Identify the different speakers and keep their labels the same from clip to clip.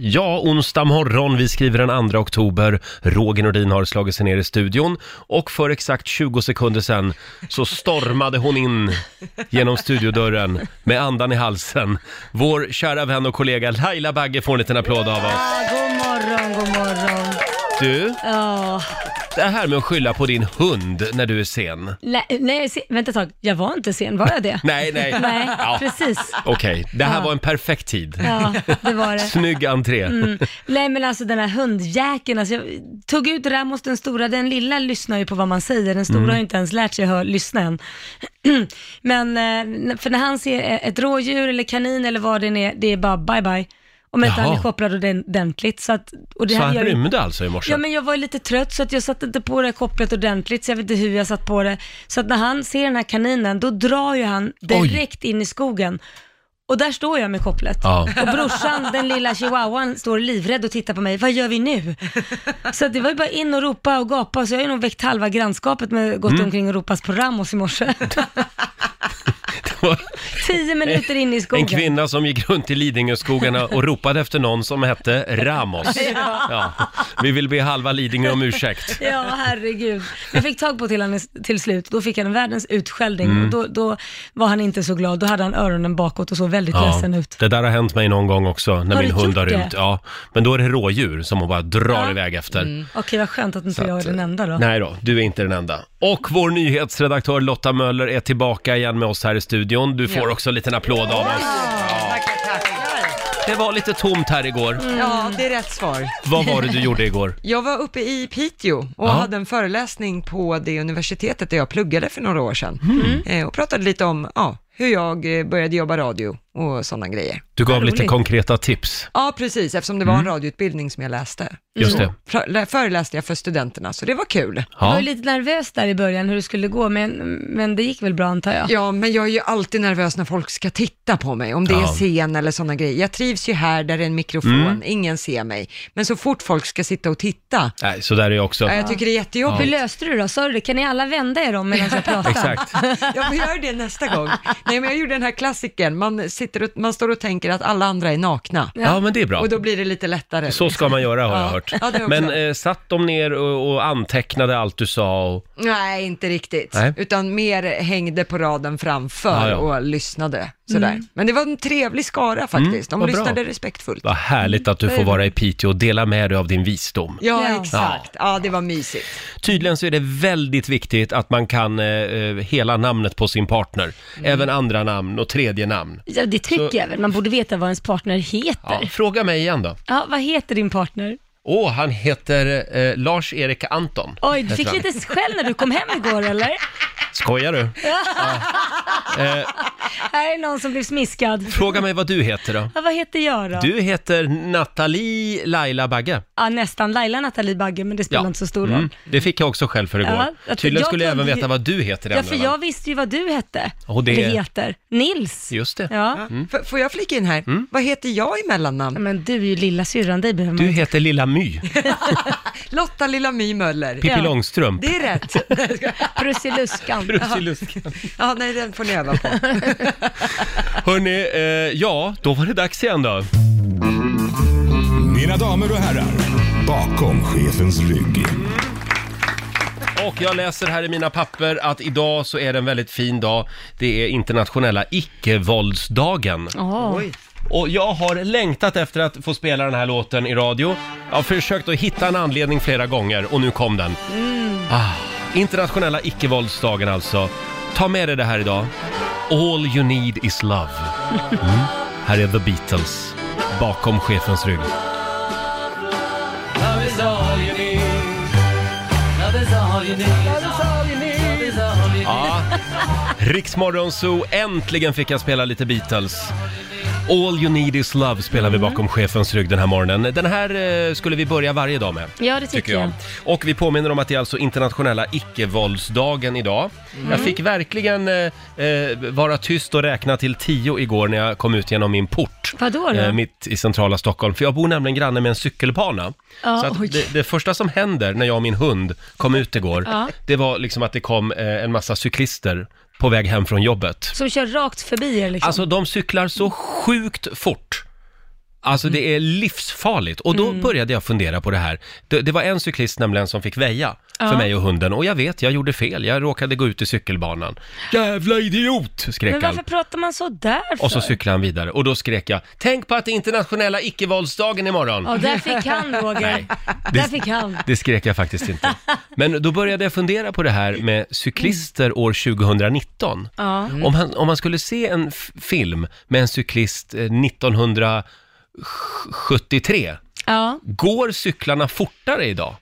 Speaker 1: Ja, onsdag morgon. Vi skriver den 2 oktober. Roger Nordin har slagit sig ner i studion och för exakt 20 sekunder sedan så stormade hon in genom studiodörren med andan i halsen. Vår kära vän och kollega Laila Bagge får en liten applåd av oss.
Speaker 2: Ja, god morgon, god morgon.
Speaker 1: Du,
Speaker 2: Ja,
Speaker 1: det här med att skylla på din hund när du är sen.
Speaker 2: nej, nej, se- vänta ett tag. Jag var inte sen, var jag det?
Speaker 1: Nej, nej.
Speaker 2: Nej,
Speaker 1: Ja.
Speaker 2: precis.
Speaker 1: Okej, det här
Speaker 2: Ja.
Speaker 1: var en perfekt tid.
Speaker 2: Ja, det var det.
Speaker 1: Snygg entré.
Speaker 2: Mm. Nej men alltså den här hundjäkeln, alltså, jag tog ut Ramos den stora, den lilla lyssnar ju på vad man säger, den stora
Speaker 3: Mm.
Speaker 2: har ju inte ens lärt sig att lyssna än. men, eh, för när han ser ett rådjur eller kanin eller vad det än är, det är bara bye bye. Om inte
Speaker 1: Jaha.
Speaker 2: han är shoppad ordentligt. Så, att, och det
Speaker 1: Så
Speaker 2: här
Speaker 1: han
Speaker 2: gör ju-
Speaker 1: rymde alltså i morse?
Speaker 2: Ja, men jag var ju lite trött så att jag satte inte på det här kopplet ordentligt, så jag vet inte hur jag satt på det. Så att när han ser den här kaninen, då drar ju han direkt in i skogen. Och där står jag med kopplet.
Speaker 4: Ja.
Speaker 2: Och brorsan, den lilla chihuahuan, står livrädd och tittar på mig. Vad gör vi nu? Så att det var ju bara in och ropa och gapa, så jag har ju nog väckt halva grannskapet med att gått
Speaker 1: Mm.
Speaker 2: omkring och ropas på Ramos i morse. Tio minuter in i skogen.
Speaker 1: En kvinna som gick runt i Lidingöskogarna och ropade efter någon som hette Ramos.
Speaker 2: Ja.
Speaker 1: Ja. Vi vill be halva Lidingö om ursäkt.
Speaker 2: Ja, herregud. Jag fick tag på till honom till slut. Då fick han världens utskällning.
Speaker 1: Mm.
Speaker 2: Och Då, då var han inte så glad. Då hade han öronen bakåt och såg väldigt
Speaker 1: Ja,
Speaker 2: ledsen ut.
Speaker 1: det där har hänt mig någon gång också när
Speaker 2: Har
Speaker 1: min
Speaker 2: du
Speaker 1: hund
Speaker 2: gjort
Speaker 1: har
Speaker 2: det?
Speaker 1: rymt. Ja, men då är det rådjur som hon bara drar
Speaker 2: Ja. Mm.
Speaker 1: iväg efter.
Speaker 5: Mm.
Speaker 2: Okej, vad skönt att inte
Speaker 1: Så
Speaker 2: jag är
Speaker 1: att,
Speaker 2: den enda då.
Speaker 1: Nej då, du är inte den enda. Och vår nyhetsredaktör Lotta Möller är tillbaka igen med oss här i studion. Du får
Speaker 5: Ja.
Speaker 1: också en liten applåd av oss.
Speaker 5: Tackar, tackar.
Speaker 1: Det var lite tomt här igår.
Speaker 5: Ja, det är rätt svar.
Speaker 1: Vad var det du gjorde igår?
Speaker 5: Jag var uppe i Piteå och
Speaker 1: Ja.
Speaker 5: hade en föreläsning på det universitetet där jag pluggade för några år sedan.
Speaker 1: Mm.
Speaker 5: Eh, Och pratade lite om ja, hur jag eh, började jobba radio och sådana grejer.
Speaker 1: Du gav
Speaker 5: Vad
Speaker 1: lite
Speaker 5: roligt.
Speaker 1: konkreta tips.
Speaker 5: Ja, precis, eftersom det var en radioutbildning som jag läste.
Speaker 1: Just
Speaker 5: Så
Speaker 1: det.
Speaker 5: fra- Föreläste jag för studenterna, så det var kul.
Speaker 2: Jag var ju lite nervös där i början hur det skulle gå, men, men det gick väl bra antar jag.
Speaker 5: Ja, men jag är ju alltid nervös när folk ska titta på mig, om det är
Speaker 2: Ja.
Speaker 5: scen eller sådana grejer. Jag trivs ju här där det är en mikrofon,
Speaker 1: Mm.
Speaker 5: ingen ser mig. Men så fort folk ska sitta och titta,
Speaker 1: Nej, så där är jag också.
Speaker 5: Ja, jag tycker det är jättejobbigt.
Speaker 2: Hur löste du det då? Sa du det? Kan ni alla vända er om medan jag pratar?
Speaker 1: Exakt.
Speaker 5: Jag får göra det nästa gång. Nej, men jag gjorde den här klassiken. Man, sitter och, man står och tänker att alla andra är nakna.
Speaker 1: Ja, men det är bra.
Speaker 5: Och då blir det lite lättare.
Speaker 1: Så ska man göra har
Speaker 5: Ja.
Speaker 1: jag hört.
Speaker 5: Ja, det är också.
Speaker 1: Men eh, satt de ner och, och antecknade allt du sa? Och...
Speaker 5: Nej, inte riktigt.
Speaker 1: Nej.
Speaker 5: Utan mer hängde på raden
Speaker 1: Ja,
Speaker 5: framför
Speaker 1: ja.
Speaker 5: och lyssnade. Sådär.
Speaker 1: Mm.
Speaker 5: Men det var en trevlig skara faktiskt.
Speaker 1: Mm,
Speaker 5: De
Speaker 1: vad bra.
Speaker 5: lyssnade respektfullt. Mm.
Speaker 1: Vad härligt att du får vara i Piteå och dela med dig av din visdom.
Speaker 5: Ja, exakt. Ja, det var mysigt.
Speaker 1: Tydligen så är det väldigt viktigt att man kan eh, eh, hela namnet på sin partner.
Speaker 5: Mm.
Speaker 1: Även andra namn och tredje namn.
Speaker 2: Ja, det tycker
Speaker 1: Så-
Speaker 2: jag väl. Man borde veta vad ens partner
Speaker 1: Ja,
Speaker 2: heter. Ja.
Speaker 1: fråga mig igen då.
Speaker 2: vad heter din partner?
Speaker 1: Åh, han heter eh, Lars-Erik Anton.
Speaker 2: Oj, du
Speaker 1: heter
Speaker 2: fick
Speaker 1: han.
Speaker 2: lite skäll när du kom hem igår eller?
Speaker 1: Skojar du? Eh,
Speaker 2: Här är någon som blev smiskad.
Speaker 1: fråga mig vad du heter då.
Speaker 2: Ja, vad heter jag då?
Speaker 1: Du heter Nathalie Laila Bagge.
Speaker 2: Ja, nästan Laila Nathalie Bagge, men det spelar inte så stor roll.
Speaker 1: Mm, det fick jag också själv för igår.
Speaker 2: Ja, jag-
Speaker 1: Tydligen
Speaker 2: jag
Speaker 1: skulle jag även
Speaker 2: trodde ju-
Speaker 1: veta vad du heter
Speaker 2: Ja,
Speaker 1: ändå,
Speaker 2: för
Speaker 1: va?
Speaker 2: jag visste ju vad du hette.
Speaker 1: Och det-
Speaker 2: Eller heter. Nils.
Speaker 1: Just det.
Speaker 2: Ja.
Speaker 1: Mm.
Speaker 5: F- får jag flika in här? Vad heter jag i mellannamn?
Speaker 2: Men du är ju lilla syrran, dig behöver man
Speaker 1: Du
Speaker 2: inte.
Speaker 1: heter Lilla My,
Speaker 5: Lotta Lilla My Möller.
Speaker 1: Pippi Långstrump.
Speaker 5: Det är rätt.
Speaker 2: Prussiluskan.
Speaker 1: Prussiluskan.
Speaker 5: Ja, nej, den får ni öva på.
Speaker 1: Hörni, eh, ja, då var det dags igen då.
Speaker 6: Mina damer och herrar, bakom chefens rygg.
Speaker 1: Och jag läser här i mina papper att idag så är det en väldigt fin dag. Det är internationella icke-våldsdagen.
Speaker 2: Åh. Oj.
Speaker 1: Och jag har längtat efter att få spela den här låten i radio. Jag har försökt att hitta en anledning flera gånger och nu kom den. Ah, internationella icke-våldsdagen alltså. Ta med dig det här idag. All you need is love. Mm. Här är The Beatles, bakom chefens rygg.
Speaker 7: Love is all you need. Love is all you need. Love is all you need. Love is all you need.
Speaker 1: Ja. Riksmorgon Zoo, äntligen fick jag spela lite Beatles. All you need is love spelar
Speaker 2: Mm.
Speaker 1: vi bakom chefens rygg den här morgonen. Den här eh, skulle vi börja varje dag med.
Speaker 2: Ja, det tycker
Speaker 1: Och vi påminner om att det är alltså internationella icke-våldsdagen idag.
Speaker 2: Mm.
Speaker 1: Jag fick verkligen eh, eh, vara tyst och räkna till tio igår när jag kom ut genom min port.
Speaker 2: Vadå då?
Speaker 1: Eh, mitt i centrala Stockholm, för jag bor nämligen granne med en cykelbana.
Speaker 2: Ja,
Speaker 1: så att
Speaker 2: oj.
Speaker 1: det, det första som händer när jag och min hund kom ut igår,
Speaker 2: Ja.
Speaker 1: det var liksom att det kom eh, en massa cyklister på väg hem från jobbet.
Speaker 2: Som kör rakt förbi er liksom.
Speaker 1: Alltså de cyklar så sjukt fort. Alltså det är livsfarligt. Och
Speaker 2: Mm.
Speaker 1: då började jag fundera på det här. Det, det var en cyklist nämligen som fick väja för
Speaker 2: Ja.
Speaker 1: mig och hunden. Och jag vet, jag gjorde fel. Jag råkade gå ut i cykelbanan. Jävla idiot!
Speaker 2: Men
Speaker 1: skrek han.
Speaker 2: varför pratar man så där för?
Speaker 1: Och så cyklade han vidare. Och då skrek jag, tänk på att det är internationella icke-våldsdagen imorgon.
Speaker 2: Ja, där fick han Roger. Där fick han.
Speaker 1: Det skrek jag faktiskt inte. Men då började jag fundera på det här med cyklister år 2019.
Speaker 2: Ja.
Speaker 1: Om, han, om man skulle se en f- film med en cyklist eh, 1973,
Speaker 2: Ja.
Speaker 1: går cyklarna fortare idag?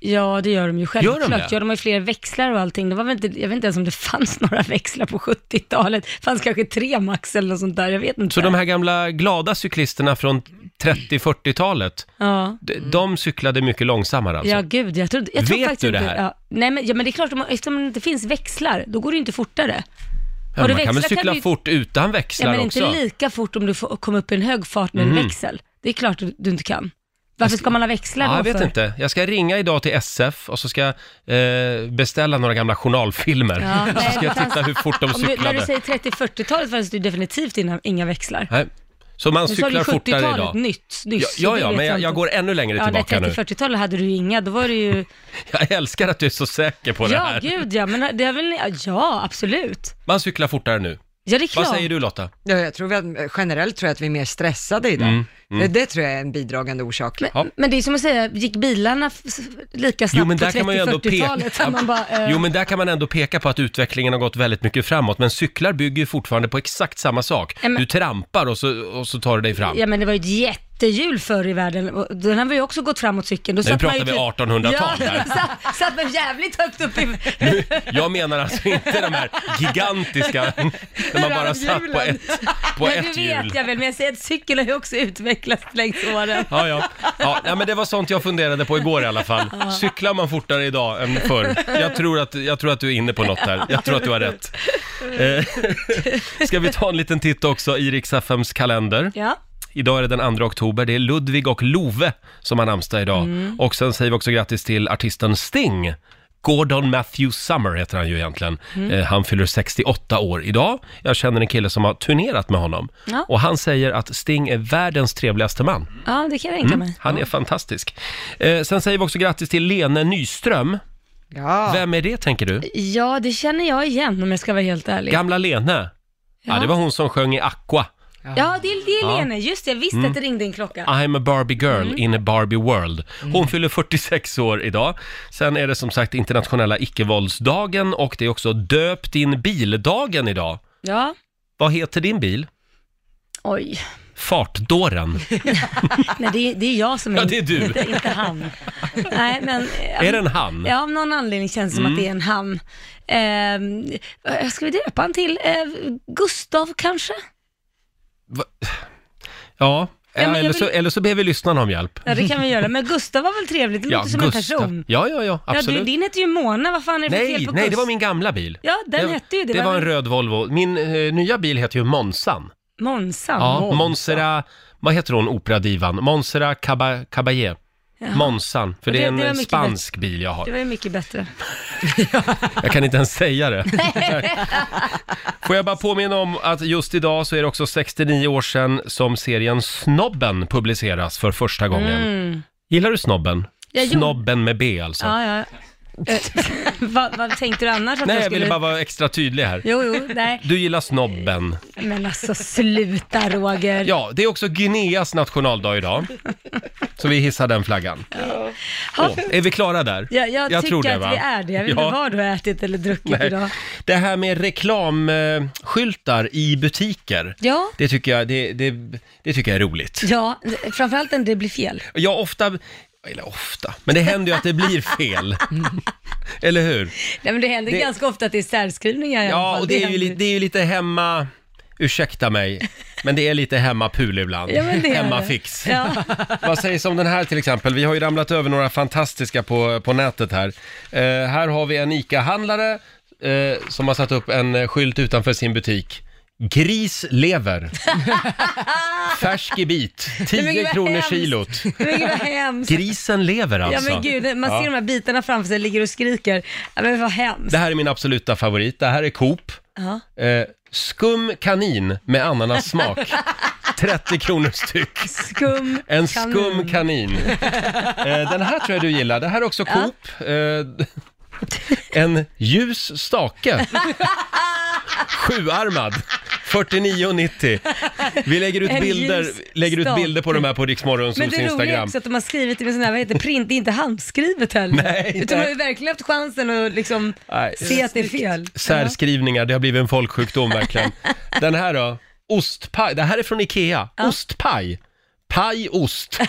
Speaker 2: ja, det gör de ju självklart.
Speaker 1: Gör de det?
Speaker 2: ja, de har ju fler växlar och allting. Det var väl inte, jag vet inte ens om det fanns några växlar på 70-talet. Det fanns kanske tre max eller något sånt där. Jag vet inte.
Speaker 1: Så de här gamla glada cyklisterna från 30-40-talet,
Speaker 2: ja.
Speaker 1: d- de cyklade mycket långsammare alltså?
Speaker 2: ja, gud. Jag trodde, jag tror
Speaker 1: Vet
Speaker 2: faktiskt
Speaker 1: du det
Speaker 2: inte-
Speaker 1: här?
Speaker 2: Ja. Nej, men, ja, men det är klart, om- eftersom det inte finns växlar, då går det ju inte fortare.
Speaker 1: Ja,
Speaker 2: har du
Speaker 1: man kan väl
Speaker 2: växlar kan
Speaker 1: cykla
Speaker 2: du-
Speaker 1: fort utan
Speaker 2: Ja,
Speaker 1: växlar
Speaker 2: men
Speaker 1: också? Mm.
Speaker 2: inte lika fort om du får, kommer upp i en hög fart med en växel. Det är klart du, du inte kan. Varför ska man ha växlar
Speaker 1: Alltså, Ja,
Speaker 2: då
Speaker 1: jag vet
Speaker 2: för?
Speaker 1: inte. Jag ska ringa idag till SF och så ska jag eh, beställa några gamla journalfilmer.
Speaker 2: Ja,
Speaker 1: och så ska jag
Speaker 2: nej, men- alltså,
Speaker 1: titta hur fort de
Speaker 2: Om du, när
Speaker 1: cyklade.
Speaker 2: du säger 30-40-talet fanns det ju definitivt inga, inga växlar.
Speaker 1: Nej. Så man
Speaker 2: Nu sa du
Speaker 1: cyklar fortare
Speaker 2: 70-talet
Speaker 1: idag?
Speaker 2: nytt, nyss.
Speaker 1: Ja,
Speaker 2: så
Speaker 1: ja,
Speaker 2: det
Speaker 1: ja
Speaker 2: vet
Speaker 1: men jag,
Speaker 2: inte.
Speaker 1: jag går ännu längre
Speaker 2: Ja,
Speaker 1: tillbaka nu.
Speaker 2: 30-40-talet hade du ju inga, då var det ju...
Speaker 1: Jag älskar att du är så säker på det
Speaker 2: ja,
Speaker 1: här.
Speaker 2: gud ja, men det är väl... Ja, absolut.
Speaker 1: Man cyklar fortare nu.
Speaker 2: Ja, det är klart.
Speaker 1: Vad säger du Lotta?
Speaker 5: Ja, jag tror att, generellt tror jag att vi är mer stressade idag. Det, det tror jag är en bidragande orsak.
Speaker 2: Men,
Speaker 1: Mm, Ja.
Speaker 2: men det är som att säga, gick bilarna f- s- lika snabbt på 30-40-talet? som man bara, eh,
Speaker 1: Jo, men där kan man ändå peka på att utvecklingen har gått väldigt mycket framåt. Men cyklar bygger ju fortfarande på exakt samma sak.
Speaker 2: Ja, men-
Speaker 1: Du trampar och så, och så tar du dig fram.
Speaker 2: Ja men det var ju ett jättehjul förr i världen. Och Den har vi ju också gått framåt cykeln. Då satt man
Speaker 1: pratar
Speaker 2: ju
Speaker 1: vi
Speaker 2: typ-
Speaker 1: 1800-tal
Speaker 2: Ja,
Speaker 1: här.
Speaker 2: då satt, satt man jävligt högt upp i...
Speaker 1: Jag menar alltså inte de här gigantiska, när man bara satt på ett, på
Speaker 2: men
Speaker 1: ett
Speaker 2: du
Speaker 1: hjul.
Speaker 2: vet jag väl, men jag säger att cykeln har ju också utvecklats längs åren.
Speaker 1: Ja, ja. ja, nej, men det var sånt jag funderade på igår i alla fall. Cyklar man fortare idag än förr? Jag tror att, jag tror att du är inne på något där. Jag tror att du har rätt. Eh, ska vi ta en liten titt också i Riks-FMs kalender?
Speaker 2: Ja.
Speaker 1: Idag är det den 2 oktober. Det är Ludvig och Love som har namnsdag idag.
Speaker 2: Mm.
Speaker 1: Och sen säger vi också grattis till artisten Sting. Gordon Matthew Summer heter han ju egentligen.
Speaker 2: Mm.
Speaker 1: Eh, han fyller 68 år idag. Jag känner en kille som har turnerat med honom.
Speaker 2: Ja.
Speaker 1: Och han säger att Sting är världens trevligaste man. Mm.
Speaker 2: ja, det kan jag tänka mig.
Speaker 1: Han är fantastisk. Eh, sen säger vi också grattis till Lene Nyström.
Speaker 5: Ja.
Speaker 1: Vem är det tänker du?
Speaker 2: Ja, det känner jag igen om jag ska vara helt ärlig.
Speaker 1: Gamla Lene? Ja, det var hon som sjöng i Aqua.
Speaker 2: Ja, det är, det är
Speaker 1: Ja. Mm. Ah,
Speaker 2: Lene. Just det, jag visste att det ringde en klocka.
Speaker 1: I'm a Barbie girl
Speaker 2: Mm.
Speaker 1: in a Barbie world. Hon fyller 46 år idag. Sen är det som sagt internationella icke-våldsdagen och det är också döp din bil-dagen idag.
Speaker 2: Ja,
Speaker 1: Vad heter din bil?
Speaker 2: oj.
Speaker 1: Fartdåren.
Speaker 2: Nej, det är, det är jag som är...
Speaker 1: Ja, det är du.
Speaker 2: Inte, inte han. Nej, men... eh,
Speaker 1: Är det en han? Mm.
Speaker 2: Ja, av någon anledning känns det som att det är en hamn. Ehm, vad ska vi döpa han till? Eh, Gustav kanske?
Speaker 1: Ja.
Speaker 2: men jag
Speaker 1: eller, så,
Speaker 2: vill-
Speaker 1: eller så ber vi lyssnarna om hjälp.
Speaker 2: Ja, det kan vi göra. Men Gustav var väl trevligt? Det låter som en
Speaker 1: Gustav.
Speaker 2: person.
Speaker 1: Ja, ja, ja,
Speaker 2: Ja,
Speaker 1: absolut.
Speaker 2: du, din heter ju Mona. Vad fan är det för fel
Speaker 1: nej,
Speaker 2: på
Speaker 1: nej,
Speaker 2: Gust-
Speaker 1: det var min gamla bil.
Speaker 2: Ja, den
Speaker 1: det,
Speaker 2: hette ju det.
Speaker 1: det. var en röd Volvo. Min eh, nya bil heter ju Monsan.
Speaker 2: Monsan.
Speaker 1: Ja, Monsera, vad heter hon, operadivan? Monsera Caba, Caballé. Monsan, för
Speaker 2: Och
Speaker 1: det,
Speaker 2: det-
Speaker 1: är en
Speaker 2: det var
Speaker 1: eh,
Speaker 2: mycket
Speaker 1: spansk bil jag
Speaker 2: Det
Speaker 1: har.
Speaker 2: var ju mycket bättre.
Speaker 1: Jag kan inte ens säga det. Får jag bara påminna om att just idag så är det också 69 år sedan som serien Snobben publiceras för första gången. Gillar du Snobben?
Speaker 2: Jag gjorde-
Speaker 1: Snobben med B alltså.
Speaker 2: Mm. Ja, ja. Eh, vad, vad tänkte du annars att
Speaker 1: Nej,
Speaker 2: jag
Speaker 1: jag
Speaker 2: skulle...
Speaker 1: ville bara vara extra tydlig här.
Speaker 2: Jo, jo, nej.
Speaker 1: Du gillar Snobben.
Speaker 2: Men alltså sluta Roger.
Speaker 1: Ja, det är också Guineas nationaldag idag. Så vi hissar den flaggan.
Speaker 2: Ha,
Speaker 1: Åh, är vi klara där?
Speaker 2: jag, jag, tycker att vi är det. Jag vet
Speaker 1: Ja.
Speaker 2: inte vad du har ätit eller druckit
Speaker 1: Nej.
Speaker 2: idag.
Speaker 1: Det här med reklamskyltar i butiker,
Speaker 2: Ja.
Speaker 1: det tycker jag, det, det, det tycker jag är roligt.
Speaker 2: Ja, framförallt när det blir fel.
Speaker 1: Jag ofta, eller ofta, men det händer ju att det blir fel. Eller hur?
Speaker 2: Nej, men det händer
Speaker 1: Det-
Speaker 2: ganska ofta att det är särskrivningar i alla
Speaker 1: Ja,
Speaker 2: fall.
Speaker 1: och det är ju,
Speaker 2: händer.
Speaker 1: li, det är ju lite hemma... Ursäkta mig, men det är lite hemmapul ibland.
Speaker 2: Ja, men det är det.
Speaker 1: Hemmafix.
Speaker 2: Ja.
Speaker 1: Vad sägs om den här till exempel? Vi har ju ramlat över några fantastiska på, på nätet här. Eh, här har vi en ICA-handlare eh, som har satt upp en eh, skylt utanför sin butik. Gris lever. Färsk i bit.
Speaker 2: men
Speaker 1: 10
Speaker 2: gud, vad
Speaker 1: kronor
Speaker 2: hemskt.
Speaker 1: kilot.
Speaker 2: Men gud vad hemskt.
Speaker 1: Grisen lever
Speaker 2: Ja
Speaker 1: alltså.
Speaker 2: men gud, man ser de här bitarna framför sig, ligger och skriker. Ja, men vad hemskt.
Speaker 1: Det här är min absoluta favorit. Det här är Coop.
Speaker 2: Ja.
Speaker 1: Eh, skum kanin med ananassmak. 30 kronor styck.
Speaker 2: Skum
Speaker 1: En skum kanin. Eh, Den här tror jag du gillar. Det här är också Coop. Eh, En ljus stake. Sjuarmad. 49,90. Vi lägger ut
Speaker 2: En
Speaker 1: bilder,
Speaker 2: ljus
Speaker 1: lägger ut
Speaker 2: stake.
Speaker 1: bilder på de här på Riksmorgons
Speaker 2: Men det roliga är
Speaker 1: Instagram.
Speaker 2: också att de har skrivit det med sån här, vad heter det, print, det är inte handskrivet heller.
Speaker 1: Nej,
Speaker 2: Utan de har
Speaker 1: nej. Eh,
Speaker 2: ju verkligen haft chansen att liksom
Speaker 1: Nej.
Speaker 2: se att det är fel.
Speaker 1: Särskrivningar, det har blivit en folksjukdom verkligen. Den här då? Ostpaj. Det här är från Ikea. Ostpaj. Paj, ost.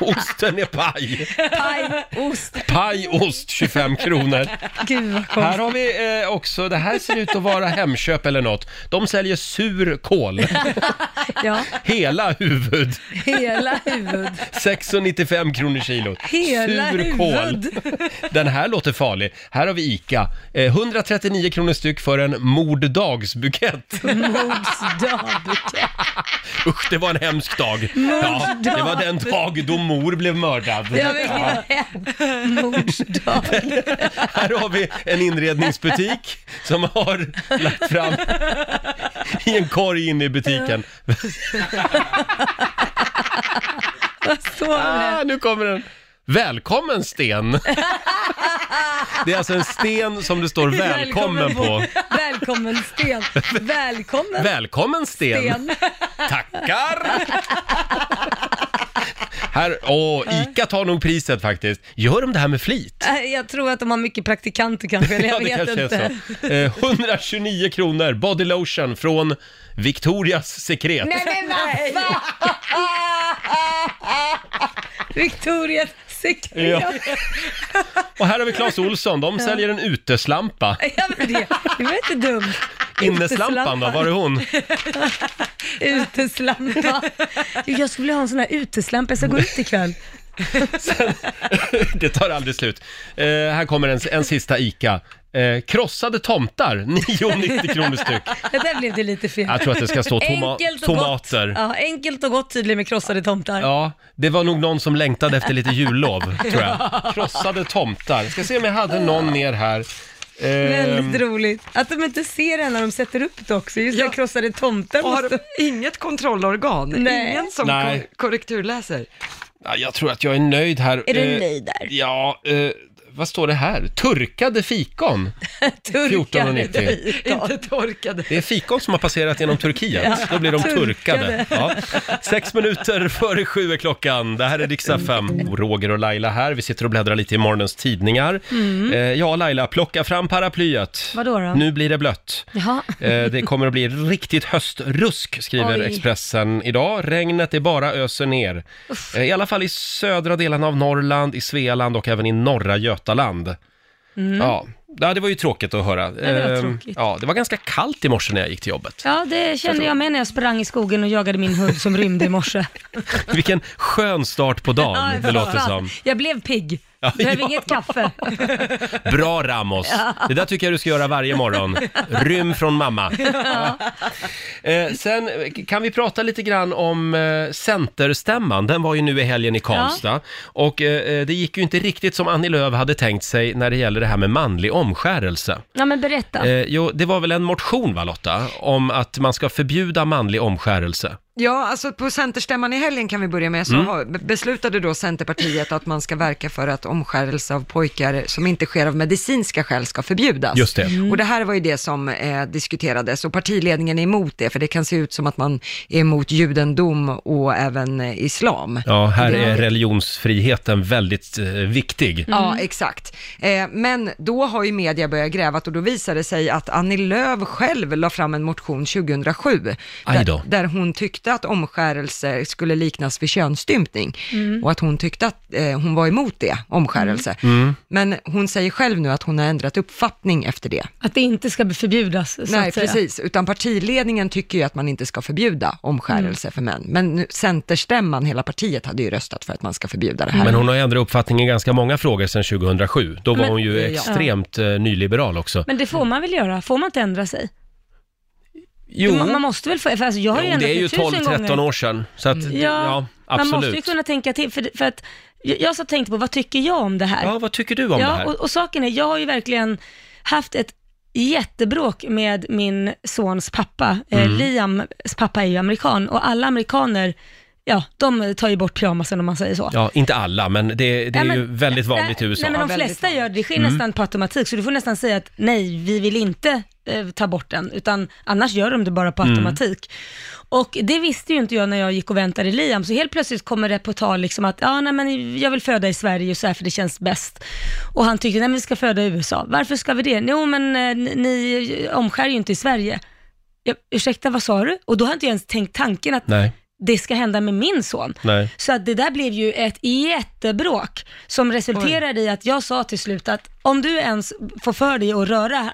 Speaker 1: Osten är paj.
Speaker 2: Paj, ost,
Speaker 1: Paj, ost, 25 kronor.
Speaker 2: gud vad
Speaker 1: Här
Speaker 2: konstigt.
Speaker 1: har vi eh, också, det här ser ut att vara Hemköp eller något. De säljer surkål,
Speaker 2: Ja,
Speaker 1: hela huvud.
Speaker 2: hela huvud.
Speaker 1: 6,95 kronor kilo.
Speaker 2: Hela huvud.
Speaker 1: Den här låter farlig. Här har vi ICA. Eh, 139 kronor styck för en morddagsbukett.
Speaker 7: Mm.
Speaker 2: Mordsdag.
Speaker 1: Usch, det var en hemsk dag. Ja, det var den dag då mor blev mördad.
Speaker 2: Ja, men gud. Mordsdag.
Speaker 1: Här har vi en inredningsbutik som har lagt fram i en korg inne i butiken.
Speaker 2: Vad står det?
Speaker 1: Ah, nu kommer den. Välkommen sten! Det är alltså en sten som det står välkommen på.
Speaker 2: Välkommen Sten. Välkommen
Speaker 1: Välkommen sten!
Speaker 2: Sten.
Speaker 1: Tackar! Här, åh, Ica tar nog priset faktiskt. Gör de det här med flit?
Speaker 2: Äh, Jag tror att de har mycket praktikanter kanske, eller jag vet inte.
Speaker 1: så. Eh, 129 kronor, body lotion från Victorias Secret.
Speaker 2: Nej men vad fan! Victorias sekret.
Speaker 1: Ja. Och här har vi Clas Olsson, de säljer en uteslampa.
Speaker 2: Ja, men det, det var inte dumt.
Speaker 1: Inneslampan då, var är hon?
Speaker 2: Uteslampa. Jo, Jag skulle vilja ha en sån här uteslampa, jag ska gå ut ikväll.
Speaker 1: Det tar aldrig slut. Eh, här kommer en, en sista ICA. Eh, krossade tomtar, 9,90 kronor styck.
Speaker 2: Det där blev det lite fel.
Speaker 1: Jag tror att det ska stå toma- tomater.
Speaker 2: Gott. Ja, enkelt och gott tydligen med krossade tomtar.
Speaker 1: Ja, det var nog någon som längtade efter lite jullov, tror jag. Krossade tomtar. Ska se om jag hade någon mer här. Ehm,
Speaker 2: Väldigt roligt. Att de inte ser det när de sätter upp det också. Just det, krossade tomtar
Speaker 5: Och har
Speaker 2: måste...
Speaker 5: de inget kontrollorgan,
Speaker 2: Nej.
Speaker 5: ingen som
Speaker 1: Nej.
Speaker 5: kor- korrekturläser.
Speaker 1: ja, jag tror att jag är nöjd här.
Speaker 2: Är du
Speaker 1: Eh,
Speaker 2: nöjd där?
Speaker 1: Ja, eh, vad står det här? Turkade fikon.
Speaker 2: Turkar.
Speaker 1: 14,90.
Speaker 5: Inte torkade.
Speaker 1: Det är fikon som har passerat genom Turkiet. Då blir de turkade. Ja. Sex minuter före sju är klockan. Det här är riksdag 5. Roger och Laila här. Vi sitter och bläddrar lite i morgonens tidningar.
Speaker 5: Mm.
Speaker 1: Eh, ja, Laila, plocka fram paraplyet.
Speaker 2: Vadå då?
Speaker 1: Nu blir det blött.
Speaker 2: Jaha.
Speaker 1: Eh, det kommer att bli riktigt höstrusk, skriver
Speaker 2: Oj.
Speaker 1: Expressen idag. Regnet är bara öser ner. Eh, I alla fall i södra delen av Norrland, i Svealand och även i norra Götaland. Ja. ja, det var ju tråkigt att höra.
Speaker 2: Mm. det var
Speaker 1: Eh,
Speaker 2: tråkigt.
Speaker 1: ja, det var ganska kallt i morse när jag gick till jobbet.
Speaker 2: Ja, det kände jag med när jag sprang i skogen och jagade min hund som rymde i morse.
Speaker 1: Vilken skön start på
Speaker 2: Ja,
Speaker 1: dagen, det
Speaker 2: fan.
Speaker 1: låter som.
Speaker 2: Jag blev pigg.
Speaker 1: Ja,
Speaker 2: Behöver
Speaker 1: ja.
Speaker 2: inget kaffe.
Speaker 1: Bra Ramos! Det där tycker jag du ska göra varje morgon. Rym från mamma. Eh, sen kan vi prata lite grann om eh, Centerstämman. Den var ju nu i helgen i Karlstad. Och eh, det gick ju inte riktigt som Annie Lööf hade tänkt sig när det gäller det här med manlig omskärelse.
Speaker 2: Ja, men berätta.
Speaker 1: Eh, jo, det var väl en motion va Lotta? Om att man ska förbjuda manlig omskärelse.
Speaker 5: Ja, alltså på Centerstämman i helgen kan vi börja med, så
Speaker 1: Mm.
Speaker 5: har- be- beslutade då Centerpartiet att man ska verka för att omskärelse av pojkar som inte sker av medicinska skäl ska förbjudas.
Speaker 1: Just det.
Speaker 5: Och det här var ju det som eh, diskuterades och partiledningen är emot det, för det kan se ut som att man är emot judendom och även eh, islam.
Speaker 1: Ja, här
Speaker 5: Det-
Speaker 1: är religionsfriheten väldigt eh, viktig.
Speaker 5: Ja, exakt. Eh, men då har ju media börjat gräva och då visade det sig att Annie Lööf själv la fram en motion 2007
Speaker 1: Aj då.
Speaker 5: där, där hon tyckte att omskärelse skulle liknas vid könsstympning och att hon tyckte att eh, hon var emot det, omskärelse. Men hon säger själv nu att hon har ändrat uppfattning efter det.
Speaker 2: Att det inte ska förbjudas, så
Speaker 5: Nej,
Speaker 2: att säga.
Speaker 5: precis, utan partiledningen tycker ju att man inte ska förbjuda omskärelse för män. Men nu- Centerstämman, hela partiet, hade ju röstat för att man ska förbjuda det här.
Speaker 1: Men hon har ändrat uppfattning i ganska många frågor sedan 2007. Då var
Speaker 2: Men-
Speaker 1: hon ju
Speaker 5: Ja.
Speaker 1: extremt eh, nyliberal också.
Speaker 2: Men det får man väl göra? Får man inte ändra sig?
Speaker 1: Jo,
Speaker 2: Man, man måste väl få, för alltså, jag har ju
Speaker 1: jo
Speaker 2: ändrat
Speaker 1: det är
Speaker 2: mig
Speaker 1: ju
Speaker 2: tusen
Speaker 1: 12-13
Speaker 2: gånger.
Speaker 1: år sedan. Så att, ja, absolut.
Speaker 2: Man måste ju kunna tänka till, för, för att jag jag så tänkte på, vad tycker jag om det här?
Speaker 1: Ja, vad tycker du om det
Speaker 2: ja,
Speaker 1: här?
Speaker 2: och, och saken är, jag har ju verkligen haft ett jättebråk med min sons pappa.
Speaker 1: Mm.
Speaker 2: Eh, Liams pappa är ju amerikan och alla amerikaner, ja, de tar ju bort pyjamasen om man säger så.
Speaker 1: Ja, inte alla, men det, det är
Speaker 2: Nej,
Speaker 1: ju
Speaker 2: men-
Speaker 1: väldigt vanligt i
Speaker 2: nej,
Speaker 1: USA. Mm.
Speaker 2: Nej, men de
Speaker 5: Ja, väldigt
Speaker 2: flesta gör det. Det sker nästan på automatik, så du får nästan säga att nej, vi vill inte eh, ta bort den, utan annars gör de det bara
Speaker 1: Mm.
Speaker 2: på automatik. Och det visste ju inte jag när jag gick och väntade Liam, så helt plötsligt kommer det på tal liksom att ja, nej, men jag vill föda i Sverige och så här, för det känns bäst. Och han tyckte, nej men vi ska föda i USA. Varför ska vi det? Jo, men eh, ni, ni omskär ju inte i Sverige. Jag, ursäkta, vad sa du? Och då har jag inte ens tänkt tanken att
Speaker 1: Nej.
Speaker 2: det ska hända med min son.
Speaker 1: Nej.
Speaker 2: Så att det där blev ju ett jättebråk som resulterade i att jag sa till slut att om du ens får för dig att röra,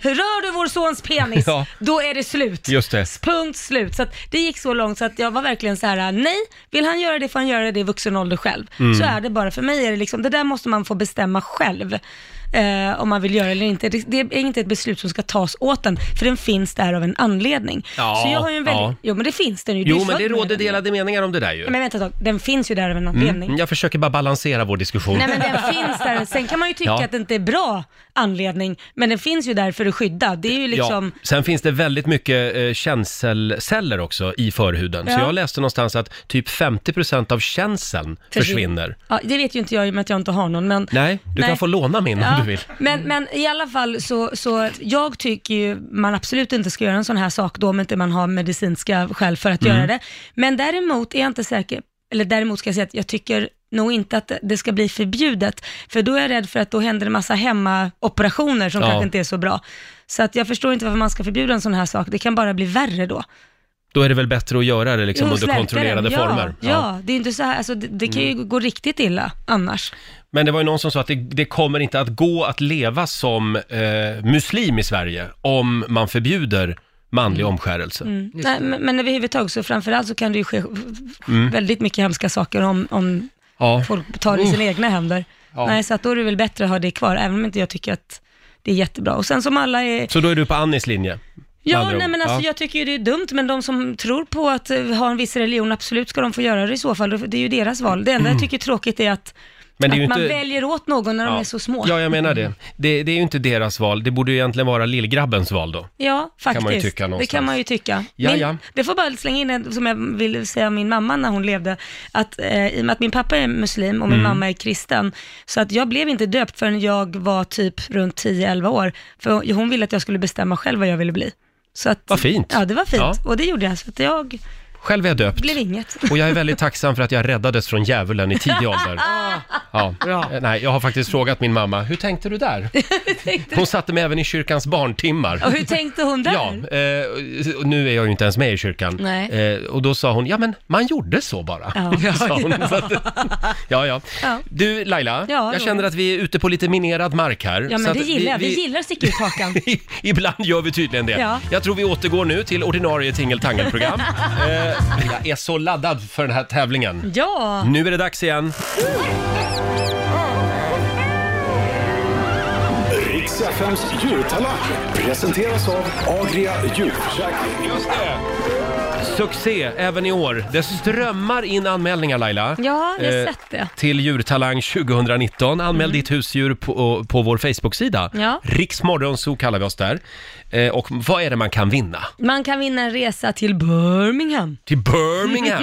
Speaker 2: rör du vår sons penis,
Speaker 1: Ja.
Speaker 2: då är det slut.
Speaker 1: Just det.
Speaker 2: Punkt slut. Så att det gick så långt så att jag var verkligen så här: äh, nej, vill han göra det får han göra det i vuxen ålder själv.
Speaker 1: Mm.
Speaker 2: Så är det bara. För mig är det liksom, det där måste man få bestämma själv. Eh, om man vill göra eller inte. Det, det är inte ett beslut som ska tas åt en, för den finns där av en anledning.
Speaker 1: Ja,
Speaker 2: så jag har ju en väldigt,
Speaker 1: ja.
Speaker 2: jo men det finns den ju. är
Speaker 1: Jo,
Speaker 2: ju
Speaker 1: men
Speaker 2: född
Speaker 1: det
Speaker 2: med
Speaker 1: råder
Speaker 2: den.
Speaker 1: delade meningar om det där ju.
Speaker 2: Men vänta ett tag, den finns ju där av en anledning.
Speaker 1: Mm, jag försöker bara balansera vår diskussion.
Speaker 2: Nej men den finns där. Sen kan man ju tycka
Speaker 1: Ja.
Speaker 2: att det inte är bra anledning, men den finns ju där för att skydda. Det är ju liksom...
Speaker 1: ja. Sen finns det väldigt mycket eh, känselceller också i förhuden. Så
Speaker 2: Ja.
Speaker 1: jag läste någonstans att typ 50% av känseln försvinner.
Speaker 2: Ja, det vet ju inte jag i och med att jag inte har någon, men...
Speaker 1: Nej, du kan
Speaker 2: Nej.
Speaker 1: få låna min
Speaker 2: Ja,
Speaker 1: om du vill.
Speaker 2: men, men i alla fall så, så jag tycker ju man absolut inte ska göra en sån här sak då om inte man har medicinska skäl för
Speaker 1: Mm.
Speaker 2: att göra det. Men däremot är jag inte säker, eller däremot ska jag säga att jag tycker nog inte att det ska bli förbjudet, för då är jag rädd för att då händer det massa hemmaoperationer som
Speaker 1: Ja.
Speaker 2: kanske inte är så bra. Så att jag förstår inte varför man ska förbjuda en sån här sak, det kan bara bli värre då.
Speaker 1: Då är det väl bättre att göra det liksom
Speaker 2: Jo,
Speaker 1: under
Speaker 2: släpper
Speaker 1: kontrollerade
Speaker 2: den. ja,
Speaker 1: former. Mm.
Speaker 2: Ja. det är ju inte så här, alltså, det, det kan ju gå riktigt illa annars.
Speaker 1: Men det var ju någon som sa att det, det kommer inte att gå att leva som eh, muslim i Sverige om man förbjuder manlig
Speaker 2: Mm.
Speaker 1: omskärelse.
Speaker 2: Nej, men, men överhuvudtaget så framförallt så kan det ju ske
Speaker 1: Mm.
Speaker 2: väldigt mycket hemska saker om, om
Speaker 1: Ja. Mm.
Speaker 2: folk tar det i
Speaker 1: Oh.
Speaker 2: sina egna händer. Nej, så att då är det väl bättre att ha det kvar, även om inte jag tycker att det är jättebra. Och sen som alla är...
Speaker 1: Så då är du på Annis linje? Med
Speaker 2: Ja,
Speaker 1: andra
Speaker 2: nej
Speaker 1: ord.
Speaker 2: men alltså
Speaker 1: Ja.
Speaker 2: jag tycker ju det är dumt, men de som tror på att eh, ha en viss religion, absolut ska de få göra det i så fall. Det är ju deras val. Det enda jag tycker är tråkigt är att,
Speaker 1: Mm. Men det är ju
Speaker 2: att man
Speaker 1: inte-
Speaker 2: väljer åt någon när de
Speaker 1: Ja.
Speaker 2: är så små.
Speaker 1: Ja, jag menar det. det. Det är ju inte deras val, det borde ju egentligen vara lillgrabbens val då.
Speaker 2: Ja, faktiskt.
Speaker 1: man ju tycka
Speaker 2: det
Speaker 1: någonstans.
Speaker 2: kan man ju tycka.
Speaker 1: Ja,
Speaker 2: min,
Speaker 1: ja.
Speaker 2: Det får bara slänga in en, som jag ville säga om min mamma när hon levde, att eh, i och med att min pappa är muslim och min
Speaker 1: Mm.
Speaker 2: mamma är kristen, så att jag blev inte döpt förrän jag var typ runt 10-11 år, för hon ville att jag skulle bestämma själv vad jag ville bli. Så att,
Speaker 1: Vad fint.
Speaker 2: Ja, det var fint.
Speaker 1: Ja.
Speaker 2: Och det gjorde jag, så att jag
Speaker 1: Själv är jag döpt.
Speaker 2: blev inget.
Speaker 1: Och jag är väldigt tacksam för att jag räddades från djävulen i tidig ålder. Ja.
Speaker 5: Bra.
Speaker 1: Eh, Nej, jag har faktiskt frågat min mamma, hur tänkte du där? Hon satte mig även i kyrkans barntimmar.
Speaker 2: Och hur tänkte hon där?
Speaker 1: Ja, eh, och nu är jag ju inte ens med i kyrkan.
Speaker 2: Nej.
Speaker 1: Eh, och då sa hon, ja men man gjorde så bara.
Speaker 2: Ja.
Speaker 1: Sa hon. Så att, ja, ja.
Speaker 2: Ja.
Speaker 1: Du Laila,
Speaker 2: Ja,
Speaker 1: jag
Speaker 2: Roger.
Speaker 1: känner att vi är ute på lite minerad mark här.
Speaker 2: Ja,
Speaker 1: Så
Speaker 2: men
Speaker 1: att
Speaker 2: det gillar vi, vi,
Speaker 1: vi-
Speaker 2: gillar att sticka ut hakan.
Speaker 1: Ibland gör vi tydligen det.
Speaker 2: Ja.
Speaker 1: Jag tror vi återgår nu till ordinarie tingeltangelprogram. eh, jag är så laddad för den här tävlingen.
Speaker 2: Ja,
Speaker 1: Nu är det dags igen.
Speaker 6: Riks FMs djurtalang presenteras av Agria djurförsäkring.
Speaker 1: Succé även i år. Det strömmar in anmälningar Laila.
Speaker 2: ja jag har
Speaker 1: Eh,
Speaker 2: sett det.
Speaker 1: till djurtalang 2019. Anmäl ditt husdjur på, på vår Facebook-sida.
Speaker 2: Ja.
Speaker 1: Riksmorgonzoo kallar vi oss där. Eh, och vad är det man kan vinna?
Speaker 2: Man kan vinna en resa till Birmingham. Alltså,
Speaker 1: Till Birmingham!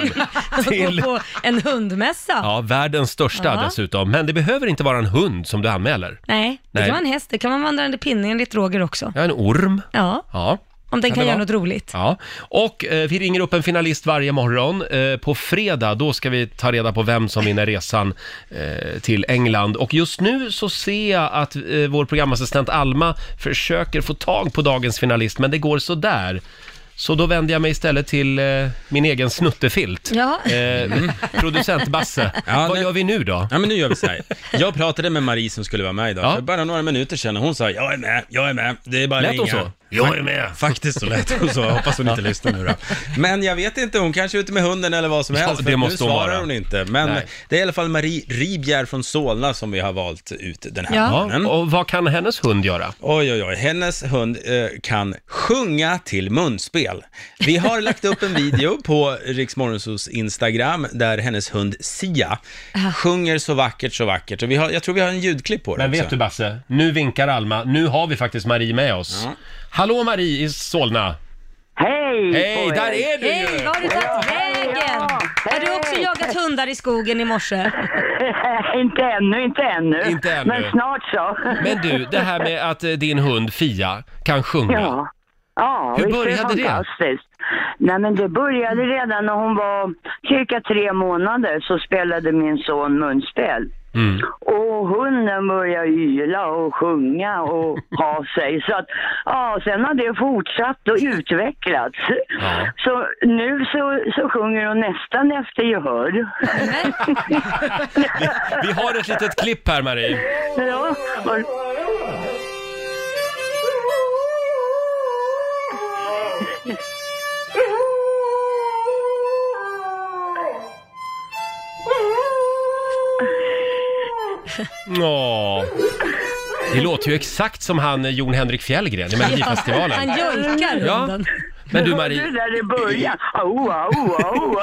Speaker 1: till...
Speaker 2: Gå på en hundmässa.
Speaker 1: Ja, världens största
Speaker 2: Ja.
Speaker 1: dessutom. Men det behöver inte vara en hund som du anmäler.
Speaker 2: Nej, det
Speaker 1: Nej.
Speaker 2: kan vara en häst, det kan vara en vandrande pinne enligt Roger också.
Speaker 1: Ja, en orm.
Speaker 2: Ja,
Speaker 1: Ja.
Speaker 2: om den
Speaker 1: Kan
Speaker 2: kan,
Speaker 1: det
Speaker 2: göra
Speaker 1: vara?
Speaker 2: något roligt.
Speaker 1: Ja, och eh, vi ringer upp en finalist varje morgon. Eh, på fredag, då ska vi ta reda på vem som vinner resan eh, till England. Och just nu så ser jag att eh, vår programassistent Alma försöker få tag på dagens finalist, men det går så där. Så då vänder jag mig istället till eh, min egen snuttefilt.
Speaker 2: Ja.
Speaker 1: Eh, producent Basse,
Speaker 3: Mm. Ja,
Speaker 1: vad
Speaker 3: nej.
Speaker 1: gör vi nu då?
Speaker 3: Ja men nu gör vi så här. Jag pratade med Marie som skulle vara med idag
Speaker 1: Ja.
Speaker 3: för bara några minuter sedan och hon sa jag är med, jag är med, det är bara
Speaker 1: Lät
Speaker 3: att ringa.
Speaker 1: hon så? Jag är med!
Speaker 3: Faktiskt så lät det.
Speaker 1: Och så hoppas hon inte lyssnar nu då.
Speaker 3: Men jag vet inte, hon kanske är ute med hunden eller vad som
Speaker 1: Ja,
Speaker 3: helst.
Speaker 1: det
Speaker 3: för att
Speaker 1: måste
Speaker 3: nu
Speaker 1: hon
Speaker 3: svarar
Speaker 1: vara.
Speaker 3: hon inte. Men
Speaker 1: Nej.
Speaker 3: det är i alla fall Marie Ribjer från Solna som vi har valt ut den här
Speaker 2: Ja.
Speaker 3: morgonen.
Speaker 1: Ja, och vad kan hennes hund göra?
Speaker 3: Oj, oj, oj. Hennes hund eh, kan sjunga till munspel. Vi har lagt upp en video på Riksmorgonsos Instagram där hennes hund Sia sjunger så vackert, så vackert. Och vi har, jag tror vi har en ljudklipp på det
Speaker 1: Men vet
Speaker 3: också.
Speaker 1: du Basse, nu vinkar Alma. Nu har vi faktiskt Marie med oss. Hallå Marie i Solna!
Speaker 4: Hej!
Speaker 1: Hej, där är du
Speaker 2: Hej,
Speaker 1: ju!
Speaker 2: var har du tagit vägen? Har du också jagat hundar i skogen i morse?
Speaker 4: inte ännu, inte ännu.
Speaker 1: Inte ännu.
Speaker 4: Men snart så.
Speaker 1: Men du, det här med att eh, din hund Fia kan sjunga.
Speaker 4: Ja. Ja,
Speaker 1: Hur
Speaker 4: visst är
Speaker 1: började det?
Speaker 4: fantastiskt. Nej men det började redan när hon var cirka tre månader så spelade min son munspel.
Speaker 1: Mm.
Speaker 4: Och hunden började yla och sjunga och ha sig. Så att, ja, sen har det fortsatt och utvecklats.
Speaker 1: Ja.
Speaker 4: Så nu så, så sjunger hon nästan efter gehör.
Speaker 1: Vi har ett litet klipp här Marie.
Speaker 4: ja, och,
Speaker 1: Åh. Det låter ju exakt som han eh, Jon Henrik Fjällgren i
Speaker 2: Han
Speaker 1: Melodifestivalen.
Speaker 2: jojkar
Speaker 1: Ja.
Speaker 2: hunden.
Speaker 1: Men du
Speaker 4: Det
Speaker 1: Marie,
Speaker 4: där i början. Au, au, au.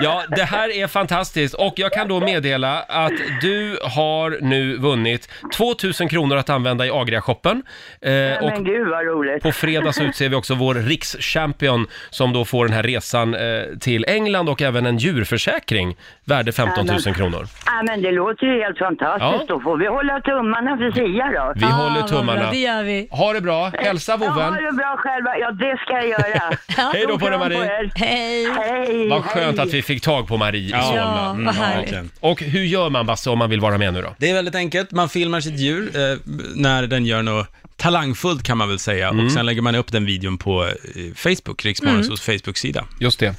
Speaker 1: ja det här är fantastiskt och jag kan då meddela att du har nu vunnit 2000 kronor att använda i Agria-shoppen. Eh, och
Speaker 4: Men gud vad roligt.
Speaker 1: På fredag så utser vi också vår rikschampion som då får den här resan eh, till England och även en djurförsäkring värde 15 000 kronor.
Speaker 4: Ja, men det låter ju helt fantastiskt.
Speaker 1: Ja.
Speaker 4: Då får vi hålla tummarna för Sia då.
Speaker 1: Vi håller
Speaker 2: vad bra,
Speaker 1: tummarna.
Speaker 2: Det gör vi.
Speaker 1: Ha det bra, hälsa
Speaker 4: Ja,
Speaker 1: vovven.
Speaker 4: ha det bra själva. Ja, det ska jag göra.
Speaker 1: Hej då
Speaker 4: Stor
Speaker 1: på dig
Speaker 4: kram
Speaker 1: Marie.
Speaker 4: er.
Speaker 2: Hej.
Speaker 4: Hej.
Speaker 1: Vad skönt
Speaker 4: hej.
Speaker 1: att vi fick tag på Marie i Solna.
Speaker 2: Mm.
Speaker 1: Mm,
Speaker 2: Ja, vad härligt.
Speaker 3: verkligen.
Speaker 1: Och hur gör man Basse om man vill vara med nu då?
Speaker 3: Det är väldigt enkelt. Man filmar sitt djur eh, när den gör något talangfullt kan man väl säga.
Speaker 1: Mm.
Speaker 3: Och sen lägger man upp den videon på eh, Facebook,
Speaker 2: Mm.
Speaker 3: Riksmorgonsos Facebook-sida.
Speaker 1: Just det.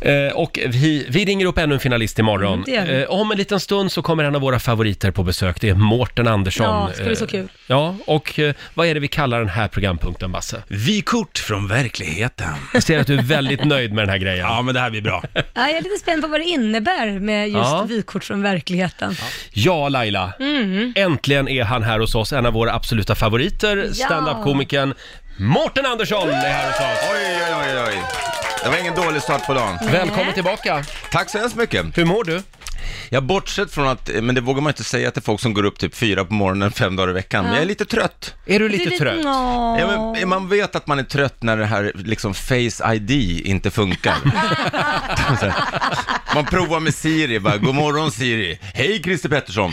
Speaker 1: Eh, och vi, vi ringer upp ännu en finalist imorgon.
Speaker 2: Mm, det gör vi.
Speaker 1: eh, om en liten stund så kommer en av våra favoriter på besök. Det är Mårten Andersson.
Speaker 2: Ja, det ska bli så
Speaker 1: Eh,
Speaker 2: kul.
Speaker 1: Ja, och eh, vad är det vi kallar den här programpunkten, Basse?
Speaker 3: Vykort från verkligheten.
Speaker 1: Jag ser att du är väldigt nöjd med den här grejen.
Speaker 3: Ja, men det här blir bra.
Speaker 2: Ja, jag är lite spänd på vad det innebär med just
Speaker 1: Ja.
Speaker 2: vykort från verkligheten.
Speaker 1: Ja, Laila. Äntligen är han här hos oss, en av våra absoluta favoriter,
Speaker 2: Ja.
Speaker 1: standup-komikern Mårten Andersson är här hos oss.
Speaker 8: Oj, oj, oj, oj. Det var ingen dålig start på dagen.
Speaker 1: Välkommen tillbaka.
Speaker 8: Tack så hemskt mycket.
Speaker 1: Hur mår du?
Speaker 8: Jag bortsett från att, eh, men det vågar man inte säga till folk som går upp typ fyra på morgonen fem dagar i veckan, men jag är lite trött.
Speaker 1: Är du lite trött?
Speaker 2: Åh.
Speaker 8: Ja, men eh, man vet att man är trött när det här liksom Face ID inte funkar. Så här, man provar med Siri, bara, god morgon Siri, hej Christer Pettersson.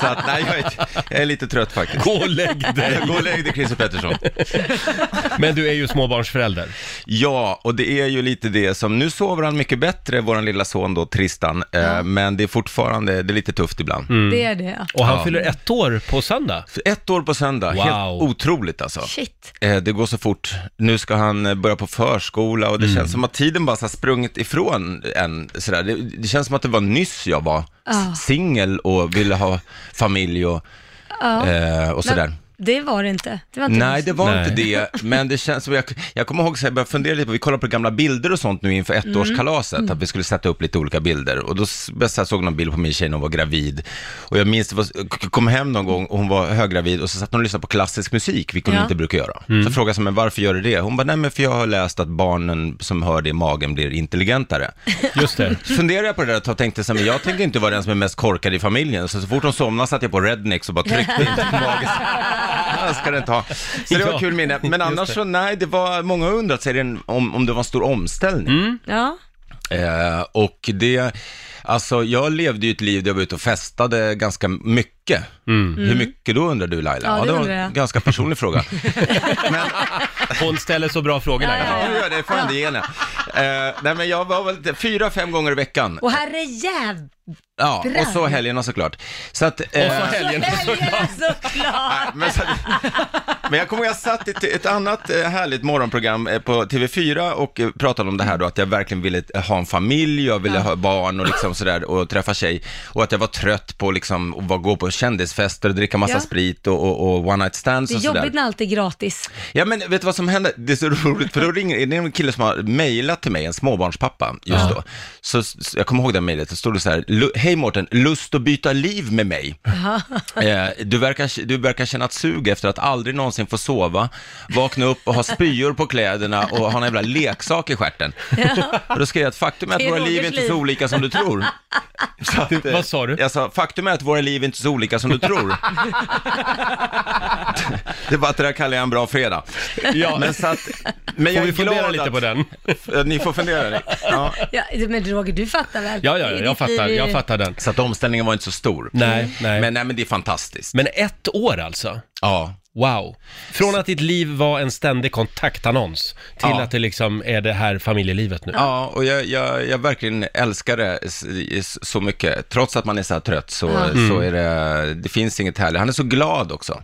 Speaker 8: Så att, nej, jag är, jag är lite trött faktiskt.
Speaker 1: Gå och lägg dig.
Speaker 8: Gå och lägg dig Christer Pettersson.
Speaker 1: Men du är ju småbarnsförälder.
Speaker 8: Ja, och det är ju lite det som, nu sover han mycket bättre, våran lilla son då, Tristan, eh, men det är fortfarande, det är lite tufft ibland.
Speaker 2: Det är det.
Speaker 1: Och han
Speaker 8: Ja.
Speaker 1: fyller ett år på söndag.
Speaker 8: Ett år på söndag, helt
Speaker 1: Wow.
Speaker 8: otroligt alltså.
Speaker 2: Shit.
Speaker 8: Eh, Det går så fort. Nu ska han eh, börja på förskola och det
Speaker 1: Mm.
Speaker 8: känns som att tiden bara så här sprungit ifrån en. Sådär. Det, det känns som att det var nyss jag var
Speaker 2: Ja.
Speaker 8: s- singel och ville ha familj och,
Speaker 2: Ja.
Speaker 8: eh, och sådär.
Speaker 2: Men det var det inte. Det var inte
Speaker 8: Nej, det var
Speaker 1: Nej.
Speaker 8: inte det, men det känns som, jag, jag kommer ihåg, så här, jag började fundera lite på, vi kollade på gamla bilder och sånt nu
Speaker 2: Mm.
Speaker 8: inför ettårskalaset, att vi skulle sätta upp lite olika bilder. Och då s- jag så här, såg jag någon bild på min tjej när hon var gravid. Och jag minns, det var, jag kom hem någon gång och hon var höggravid och så satt hon och lyssnade på klassisk musik, vilket hon
Speaker 2: Ja.
Speaker 8: inte brukar göra.
Speaker 1: Mm.
Speaker 8: Så jag frågade jag, men varför gör du det? Hon bara, nej men för jag har läst att barnen som hör det i magen blir intelligentare.
Speaker 1: Just det.
Speaker 8: Så funderade jag på det där ett tag och tänkte så här, men jag tänker inte vara den som är mest korkad i familjen. Så, så fort hon somnade satt jag på Rednex och bara tryckte in den magiskt. Jag ska den ta. Så det var
Speaker 1: Ja,
Speaker 8: ett kul minne. Men annars så, nej, det var, många har undrat sig den- om, om det var en stor omställning.
Speaker 1: Mm.
Speaker 2: Ja.
Speaker 8: Eh, och det, alltså jag levde ju ett liv där jag var ute och festade ganska mycket.
Speaker 1: Mm.
Speaker 8: Hur mycket då undrar du Laila?
Speaker 2: Mm. Ja, det
Speaker 8: var
Speaker 2: undrar
Speaker 8: en
Speaker 2: jag.
Speaker 8: ganska personlig fråga. Men,
Speaker 1: Hon ställer så bra frågor Laila.
Speaker 8: ja, du gör det, fan det ger henne. eh, Nej men jag var väl lite- fyra, fem gånger i veckan.
Speaker 2: Och herre jäv...
Speaker 8: Ja, och så
Speaker 2: Brand.
Speaker 8: helgerna såklart. Så att, eh,
Speaker 1: Och så helgen
Speaker 2: Helgerna såklart!
Speaker 8: nej, men, så, men jag kommer ihåg, jag satt i ett, ett annat eh, härligt morgonprogram eh, på TV4 och eh, pratade om det här då, att jag verkligen ville eh, ha en familj, jag ville ha barn och liksom och sådär och träffa tjej och att jag var trött på liksom att vara- gå på kändisfester och dricka massa
Speaker 2: Ja.
Speaker 8: sprit och, och, och one night stands
Speaker 2: Det är
Speaker 8: och sådär.
Speaker 2: jobbigt när allt är gratis.
Speaker 8: Ja men vet du vad som hände? Det är så roligt, för då ringer det är en kille som har mejlat till mig, en småbarnspappa just då. Så, så jag kommer ihåg det mejlet, det stod det så här, "Lu- hej Mårten, lust att byta liv med mig. Eh, du, verkar, du verkar känna ett sug efter att aldrig någonsin få sova, vakna upp och ha spyor på kläderna och ha en jävla leksak i stjärten. Och då skrev jag att faktum är
Speaker 2: Det
Speaker 8: att
Speaker 2: är
Speaker 8: våra liv
Speaker 2: Rogers
Speaker 8: är inte
Speaker 2: liv.
Speaker 8: så olika som du tror. Så att, eh,
Speaker 1: Vad sa du?
Speaker 8: Jag sa, faktum är att våra liv är inte så olika som du tror. Det är bara att det där kallar jag en bra fredag.
Speaker 1: Ja.
Speaker 8: Men så att, men
Speaker 1: Får
Speaker 8: jag
Speaker 1: vi
Speaker 8: är
Speaker 1: fundera
Speaker 8: glad
Speaker 1: lite
Speaker 8: att,
Speaker 1: på den?
Speaker 8: Ja, Ni får fundera. ni. Ja.
Speaker 2: Ja, men Roger, du fattar väl?
Speaker 1: Ja, ja, ja,
Speaker 2: I
Speaker 1: jag
Speaker 2: ditt liv
Speaker 1: fattar,
Speaker 2: är det-
Speaker 1: jag fattar den.
Speaker 8: Så att omställningen var inte så stor.
Speaker 1: Nej, nej.
Speaker 8: Men, nej, men det är fantastiskt.
Speaker 1: Men ett år alltså?
Speaker 8: Ja.
Speaker 1: Wow. Från att ditt liv var en ständig kontaktannons till
Speaker 8: Ja.
Speaker 1: att det liksom är det här familjelivet nu.
Speaker 8: Ja, och jag, jag, jag verkligen älskar det s- s- så mycket. Trots att man är så här trött så, så
Speaker 1: Mm.
Speaker 8: är det, det finns inget härligt. Han är så glad också.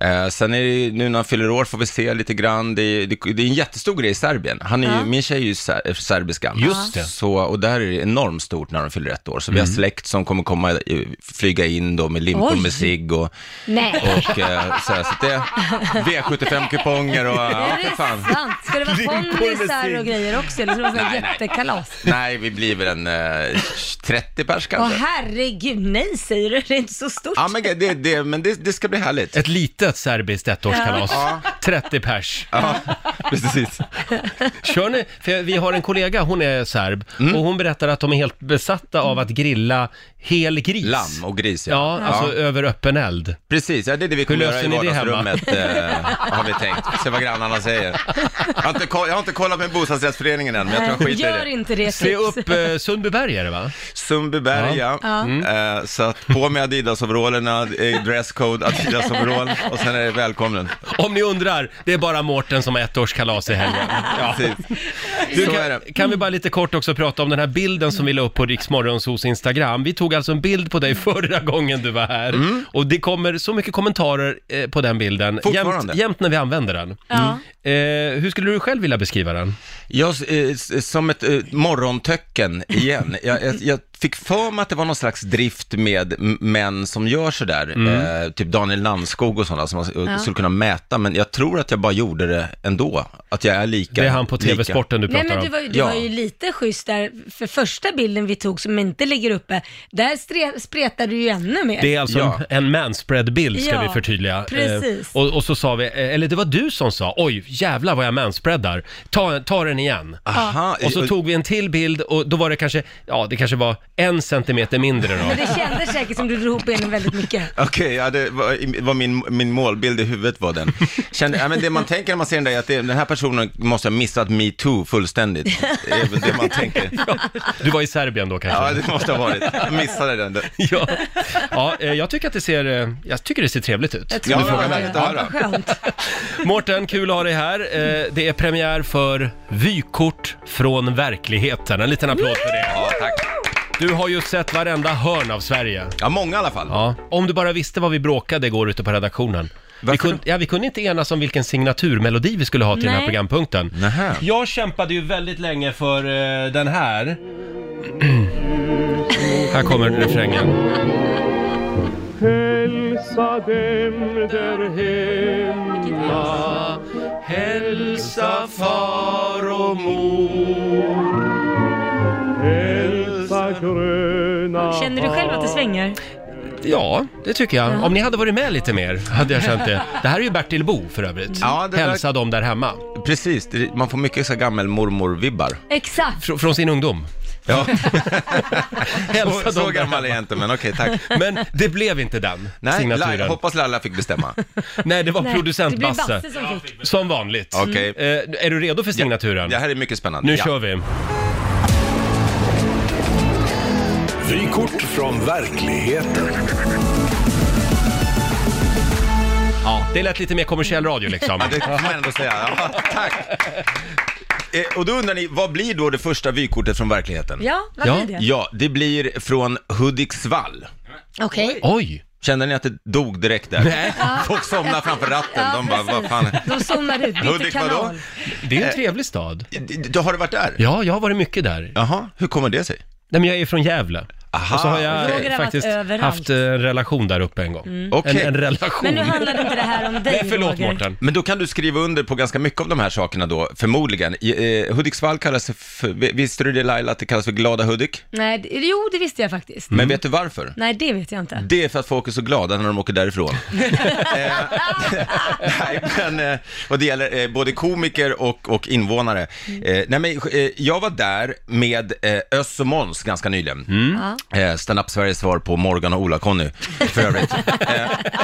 Speaker 8: Eh, sen är det, ju- nu när han fyller år får vi se lite grann. Det, är- det, det är en jättestor grej i Serbien. Han är ju, Min tjej är ju ser, serbiska.
Speaker 1: Just det. Mm.
Speaker 8: Så, och där är det enormt stort när de fyller ett år. Så vi har släkt som kommer komma, i- flyga in då med limpor
Speaker 2: Oj.
Speaker 8: med cigg och,
Speaker 2: Nej.
Speaker 8: och eh, så, här, så att det är V75-kuponger och ja,
Speaker 2: Är
Speaker 8: för
Speaker 2: det
Speaker 8: fan.
Speaker 2: sant? Ska det vara ponnisar och grejer också? Eller ska det vara
Speaker 8: Nej, nej.
Speaker 2: jättekalas?
Speaker 8: Nej, vi blir väl en eh, 30 pers
Speaker 2: Åh
Speaker 8: kanske.
Speaker 2: herregud, nej säger du, det är inte så stort.
Speaker 8: Ja, men det, det, men det, det ska bli härligt.
Speaker 1: Ett litet serbiskt ettårskalas. 30 pers.
Speaker 8: Ja, precis.
Speaker 1: Kör ni? För vi har en kollega, hon är serb,
Speaker 8: Mm.
Speaker 1: och hon berättar att de är helt besatta av att grilla hel gris.
Speaker 8: Lamm och gris,
Speaker 1: Ja, alltså över öppen eld.
Speaker 8: Precis, ja, det är det vi kommer göra
Speaker 1: löser
Speaker 8: i
Speaker 1: ni det hemma?
Speaker 8: vardagsrummet, eh, har vi tänkt. Se vad grannarna säger. Jag har inte, koll- jag har inte kollat med bostadsrättsföreningen än, men jag tror jag skiter
Speaker 2: Gör
Speaker 8: i det.
Speaker 2: inte det
Speaker 1: Se
Speaker 2: tips.
Speaker 1: upp eh, Sundbyberg är det va?
Speaker 8: Sundbyberg, ja. Eh, så att på med Adidas-overallerna, eh, dresscode, Adidas-overall och sen är det välkommen.
Speaker 1: Om ni undrar, det är bara Mårten som har ettårskalas i helgen. Ja.
Speaker 8: Precis.
Speaker 1: Du,
Speaker 8: Så är
Speaker 1: kan,
Speaker 8: det.
Speaker 1: kan vi bara lite kort också prata om den här bilden som vi la upp på Riksmorgonsos Instagram. Vi tog alltså en bild på dig förra gången du var här
Speaker 8: Mm.
Speaker 1: och det kommer så mycket kommentarer eh, på den bilden.
Speaker 8: Fortfarande.
Speaker 1: Jämt, jämt när vi använder den.
Speaker 2: Ja.
Speaker 1: Eh, hur skulle du själv vilja beskriva den?
Speaker 8: Jag, eh, s- som ett eh, morgontöcken igen. Jag, jag, jag fick för mig att det var någon slags drift med m- män som gör sådär,
Speaker 1: Mm.
Speaker 8: eh, typ Daniel Landskog och sådana som man s- skulle kunna mäta, men jag tror att jag bara gjorde det ändå. Att jag är lika.
Speaker 1: Det är han på
Speaker 8: lika.
Speaker 1: TV-sporten du
Speaker 2: Nej
Speaker 1: pratar
Speaker 2: men du
Speaker 1: om.
Speaker 2: var, ju- du
Speaker 8: Ja.
Speaker 2: var ju lite schysst där, för första bilden vi tog som inte ligger uppe, där stre- spretade du ju ännu mer.
Speaker 1: Det är alltså
Speaker 8: Ja.
Speaker 1: en, en manspread-bild ska
Speaker 2: Ja,
Speaker 1: vi förtydliga. Eh,
Speaker 2: precis.
Speaker 1: och, och så sa vi, eh, eller det var du som sa, oj jävlar vad jag manspreadar, ta, ta den igen.
Speaker 8: Aha,
Speaker 1: Och så tog vi en till bild och då var det kanske, ja det kanske var en centimeter mindre då.
Speaker 2: Men det kändes säkert som du drog ihop benen väldigt mycket.
Speaker 8: Okej, ja, det var, var min, min målbild i huvudet var den. Kände, ja, men det man tänker när man ser den där är att det, den här personen måste ha missat metoo fullständigt. Eh, Det är väl det man tänker.
Speaker 1: Du var i Serbien då kanske?
Speaker 8: Ja, det måste ha varit. Jag missade den.
Speaker 1: Ja, ja eh, jag tycker att det ser, eh, jag tycker det ser trevligt ut.
Speaker 2: Jag tror
Speaker 8: Ja,
Speaker 2: det
Speaker 8: vad
Speaker 2: var
Speaker 8: härligt
Speaker 2: det.
Speaker 8: att höra.
Speaker 2: Vad skönt.
Speaker 1: Mårten, kul att ha dig här. Eh, Det är premiär för Vykort från verkligheten. En liten applåd för det.
Speaker 8: Ja, tack.
Speaker 1: Du har ju sett varenda hörn av Sverige.
Speaker 8: Ja, många i alla fall.
Speaker 1: Ja, om du bara visste vad vi bråkade igår ute på redaktionen. Vi
Speaker 8: Varför
Speaker 1: kunde, ja, vi kunde inte enas om vilken signaturmelodi vi skulle ha till den här
Speaker 2: Nej.
Speaker 1: programpunkten.
Speaker 8: Nähä.
Speaker 1: Jag kämpade ju väldigt länge för eh, den här. här kommer refrängen.
Speaker 7: Hälsa dem där hemma
Speaker 1: Hälsa far och mor.
Speaker 7: Hälsa gröna
Speaker 2: Känner du själv att det svänger?
Speaker 1: Ja, det tycker jag. Om ni hade varit med lite mer hade jag känt det. Det här är ju Bertil Bo för övrigt.
Speaker 8: Ja, det där-
Speaker 1: Hälsa dem där hemma.
Speaker 8: Precis, det- man får mycket så här gammelmormor-vibbar.
Speaker 2: Exakt.
Speaker 1: Fr- från sin ungdom.
Speaker 8: Ja,
Speaker 1: Hälsa
Speaker 8: så,
Speaker 1: dem
Speaker 8: så
Speaker 1: där
Speaker 8: gammal är
Speaker 1: hemma.
Speaker 8: jag inte, men okej, tack.
Speaker 1: Men det blev inte den
Speaker 8: Nej, Laila,
Speaker 1: signaturen.
Speaker 8: hoppas Laila fick bestämma.
Speaker 1: Nej, det var
Speaker 2: Nej,
Speaker 1: producent
Speaker 2: det blir
Speaker 1: Basse.
Speaker 2: Basse som fick.
Speaker 1: Som vanligt.
Speaker 8: Okej.
Speaker 1: Eh, är du redo för signaturen?
Speaker 8: Det här är mycket spännande.
Speaker 1: Nu
Speaker 8: ja.
Speaker 1: kör vi.
Speaker 6: Vykort från verkligheten.
Speaker 1: Ja, det lät lite mer kommersiell radio liksom.
Speaker 8: Det får man ändå säga. Ja, tack. Eh, och då undrar ni, vad blir då det första vykortet från verkligheten?
Speaker 2: Ja, vad
Speaker 1: Ja.
Speaker 2: blir det?
Speaker 8: Ja, det blir från Hudiksvall.
Speaker 2: Okej.
Speaker 1: Oj!
Speaker 8: Kände ni att det dog direkt där? Nej. Folk somnade framför ratten. De bara, vad fan.
Speaker 2: De somnade ut, bytte
Speaker 8: Hudik, vadå?
Speaker 2: kanal.
Speaker 1: Det är en trevlig stad.
Speaker 8: Eh, D- d- Har du varit där?
Speaker 1: Ja, jag har varit mycket där.
Speaker 8: Jaha, hur kommer det sig?
Speaker 1: Nej, men jag är från Gävle.
Speaker 8: Aha,
Speaker 1: och så har jag
Speaker 2: Roger
Speaker 1: eh,
Speaker 2: har varit
Speaker 1: faktiskt
Speaker 2: överallt. Mm.
Speaker 1: haft eh, en relation där uppe en gång.
Speaker 8: Okej.
Speaker 1: En, en relation.
Speaker 2: Men nu handlade inte det här om dig,
Speaker 1: Nej, förlåt
Speaker 2: Roger.
Speaker 1: Mårten.
Speaker 8: Men då kan du skriva under på ganska mycket av de här sakerna då, förmodligen. I, eh, Hudiksvall kallas för, vi- visste du det Laila, att det kallas för glada Hudik?
Speaker 2: Nej, det- jo det visste jag faktiskt.
Speaker 1: Mm.
Speaker 8: Men vet du varför?
Speaker 2: Nej, det vet jag inte.
Speaker 8: Det är för att folk är så glada när de åker därifrån. Eh, nej, men, eh, och det gäller eh, både komiker och, och invånare.
Speaker 2: Mm.
Speaker 8: Eh, nej, men, eh, jag var där med eh, Öss och Måns ganska nyligen.
Speaker 1: Mm.
Speaker 8: Eh, Stand-up Sveriges svar på Morgan och Ola-Conny, för övrigt. eh,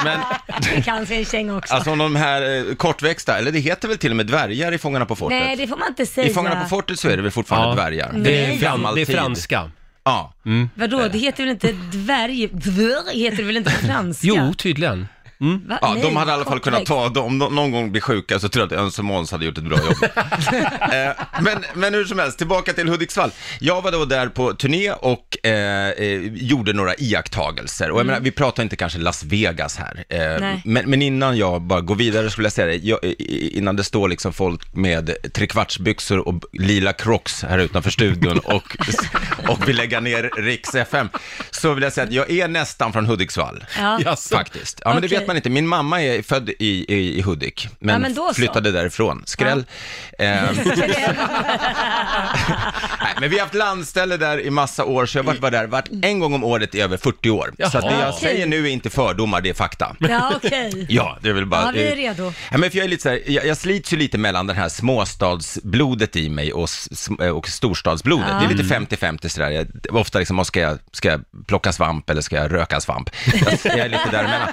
Speaker 8: men,
Speaker 2: Det kan sin känga också.
Speaker 8: alltså om de här eh, kortväxta, eller det heter väl till och med dvärgar i Fångarna på fortet?
Speaker 2: Nej, det får man inte säga.
Speaker 8: I Fångarna på fortet så är det väl fortfarande dvärgar?
Speaker 1: Det är,
Speaker 8: en
Speaker 1: fran-
Speaker 8: gammal
Speaker 1: det är
Speaker 8: tid.
Speaker 1: franska. Mm.
Speaker 8: Ja.
Speaker 2: Vadå, det heter väl inte dvärg? Dvärg heter det väl inte på franska?
Speaker 1: Jo, tydligen.
Speaker 2: Va?
Speaker 8: Mm. Ja,
Speaker 2: Nej,
Speaker 8: de hade i alla fall kunnat
Speaker 2: kortväxt.
Speaker 8: ta, de- om de någon gång blir sjuka så tror jag att Öns och Måns hade gjort ett bra jobb. eh, men, men hur som helst, tillbaka till Hudiksvall. Jag var då där på turné och eh, eh, gjorde några iakttagelser. Och jag menar, vi pratar inte kanske Las Vegas här. Eh,
Speaker 2: Mm. Nej.
Speaker 8: men, men innan jag bara går vidare skulle jag säga det, jag, i- i- innan det står liksom folk med trekvartsbyxor och b- lila crocs här utanför studion och, och vill lägga ner Riks FM, så vill jag säga att jag är nästan från Hudiksvall.
Speaker 2: Ja.
Speaker 1: Jaså.
Speaker 8: Faktiskt. Ja, men det
Speaker 2: Okej.
Speaker 8: vet man inte. Min mamma är född i, i, i Hudik, men,
Speaker 2: Ja, men då så.
Speaker 8: flyttade därifrån. Skräll. Ehm, nej, men vi har haft landställe där i massa år, så jag har varit- varit där varit
Speaker 2: Mm.
Speaker 8: en gång om året i över 40 år. Så att det
Speaker 1: Jaha.
Speaker 8: jag säger nu är inte fördomar, det är fakta.
Speaker 2: Ja, okej.
Speaker 8: Ja, det är väl bara...
Speaker 2: Ja, vi är redo.
Speaker 8: Ja, men för jag, är lite så här, jag, jag slits ju lite mellan den här småstadsblodet i mig och, s- sm- och storstadsblodet. Det är lite 50-50 sådär. Jag, ofta liksom, "Åh, ska jag, ska jag plocka svamp eller ska jag röka svamp? Jag, jag är lite däremellan.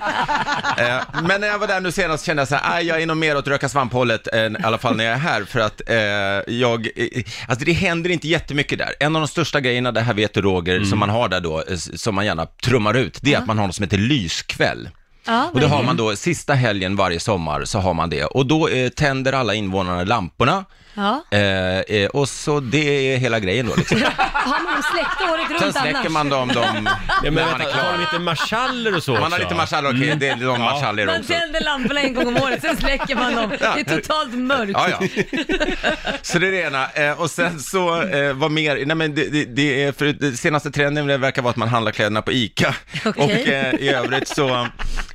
Speaker 8: Eh, men när jag var där nu senast kände jag så här, "Aj, jag är nog mer åt röka svamp-hållet, än, i alla fall när jag är här, för att eh, jag... eh, Alltså det händer inte jättemycket där. En av de största grejerna, det här vet du Roger, som man har där då, eh, s- som man gärna trummar ut, det är att man har något som heter lyskväll.
Speaker 2: Ja,
Speaker 8: Och
Speaker 2: vad
Speaker 8: det
Speaker 2: är
Speaker 8: har man då, sista helgen varje sommar så har man det. Och då eh, tänder alla invånarna lamporna.
Speaker 2: Ja.
Speaker 8: Eh, eh, och så det är hela grejen då liksom.
Speaker 2: Har man släkte året runt
Speaker 8: Sen släcker
Speaker 2: annars?
Speaker 8: man dem, dem
Speaker 1: Ja,
Speaker 8: när
Speaker 1: men
Speaker 8: man är
Speaker 1: vänta, har de
Speaker 8: klar.
Speaker 1: inte marschaller och så
Speaker 8: Man har
Speaker 1: också? Mm.
Speaker 8: lite marschaller, okej, det är de marschaller
Speaker 2: Man
Speaker 8: också.
Speaker 2: tänder lamporna en gång om året, sen släcker man dem. Det är totalt mörkt.
Speaker 8: Ja, ja. Så det är det ena. Eh, och sen så, eh, vad mer? Nej, men det, det, det är, för det senaste trenden det verkar vara att man handlar kläderna på ICA.
Speaker 2: Okej.
Speaker 8: Och eh, i övrigt så, eh,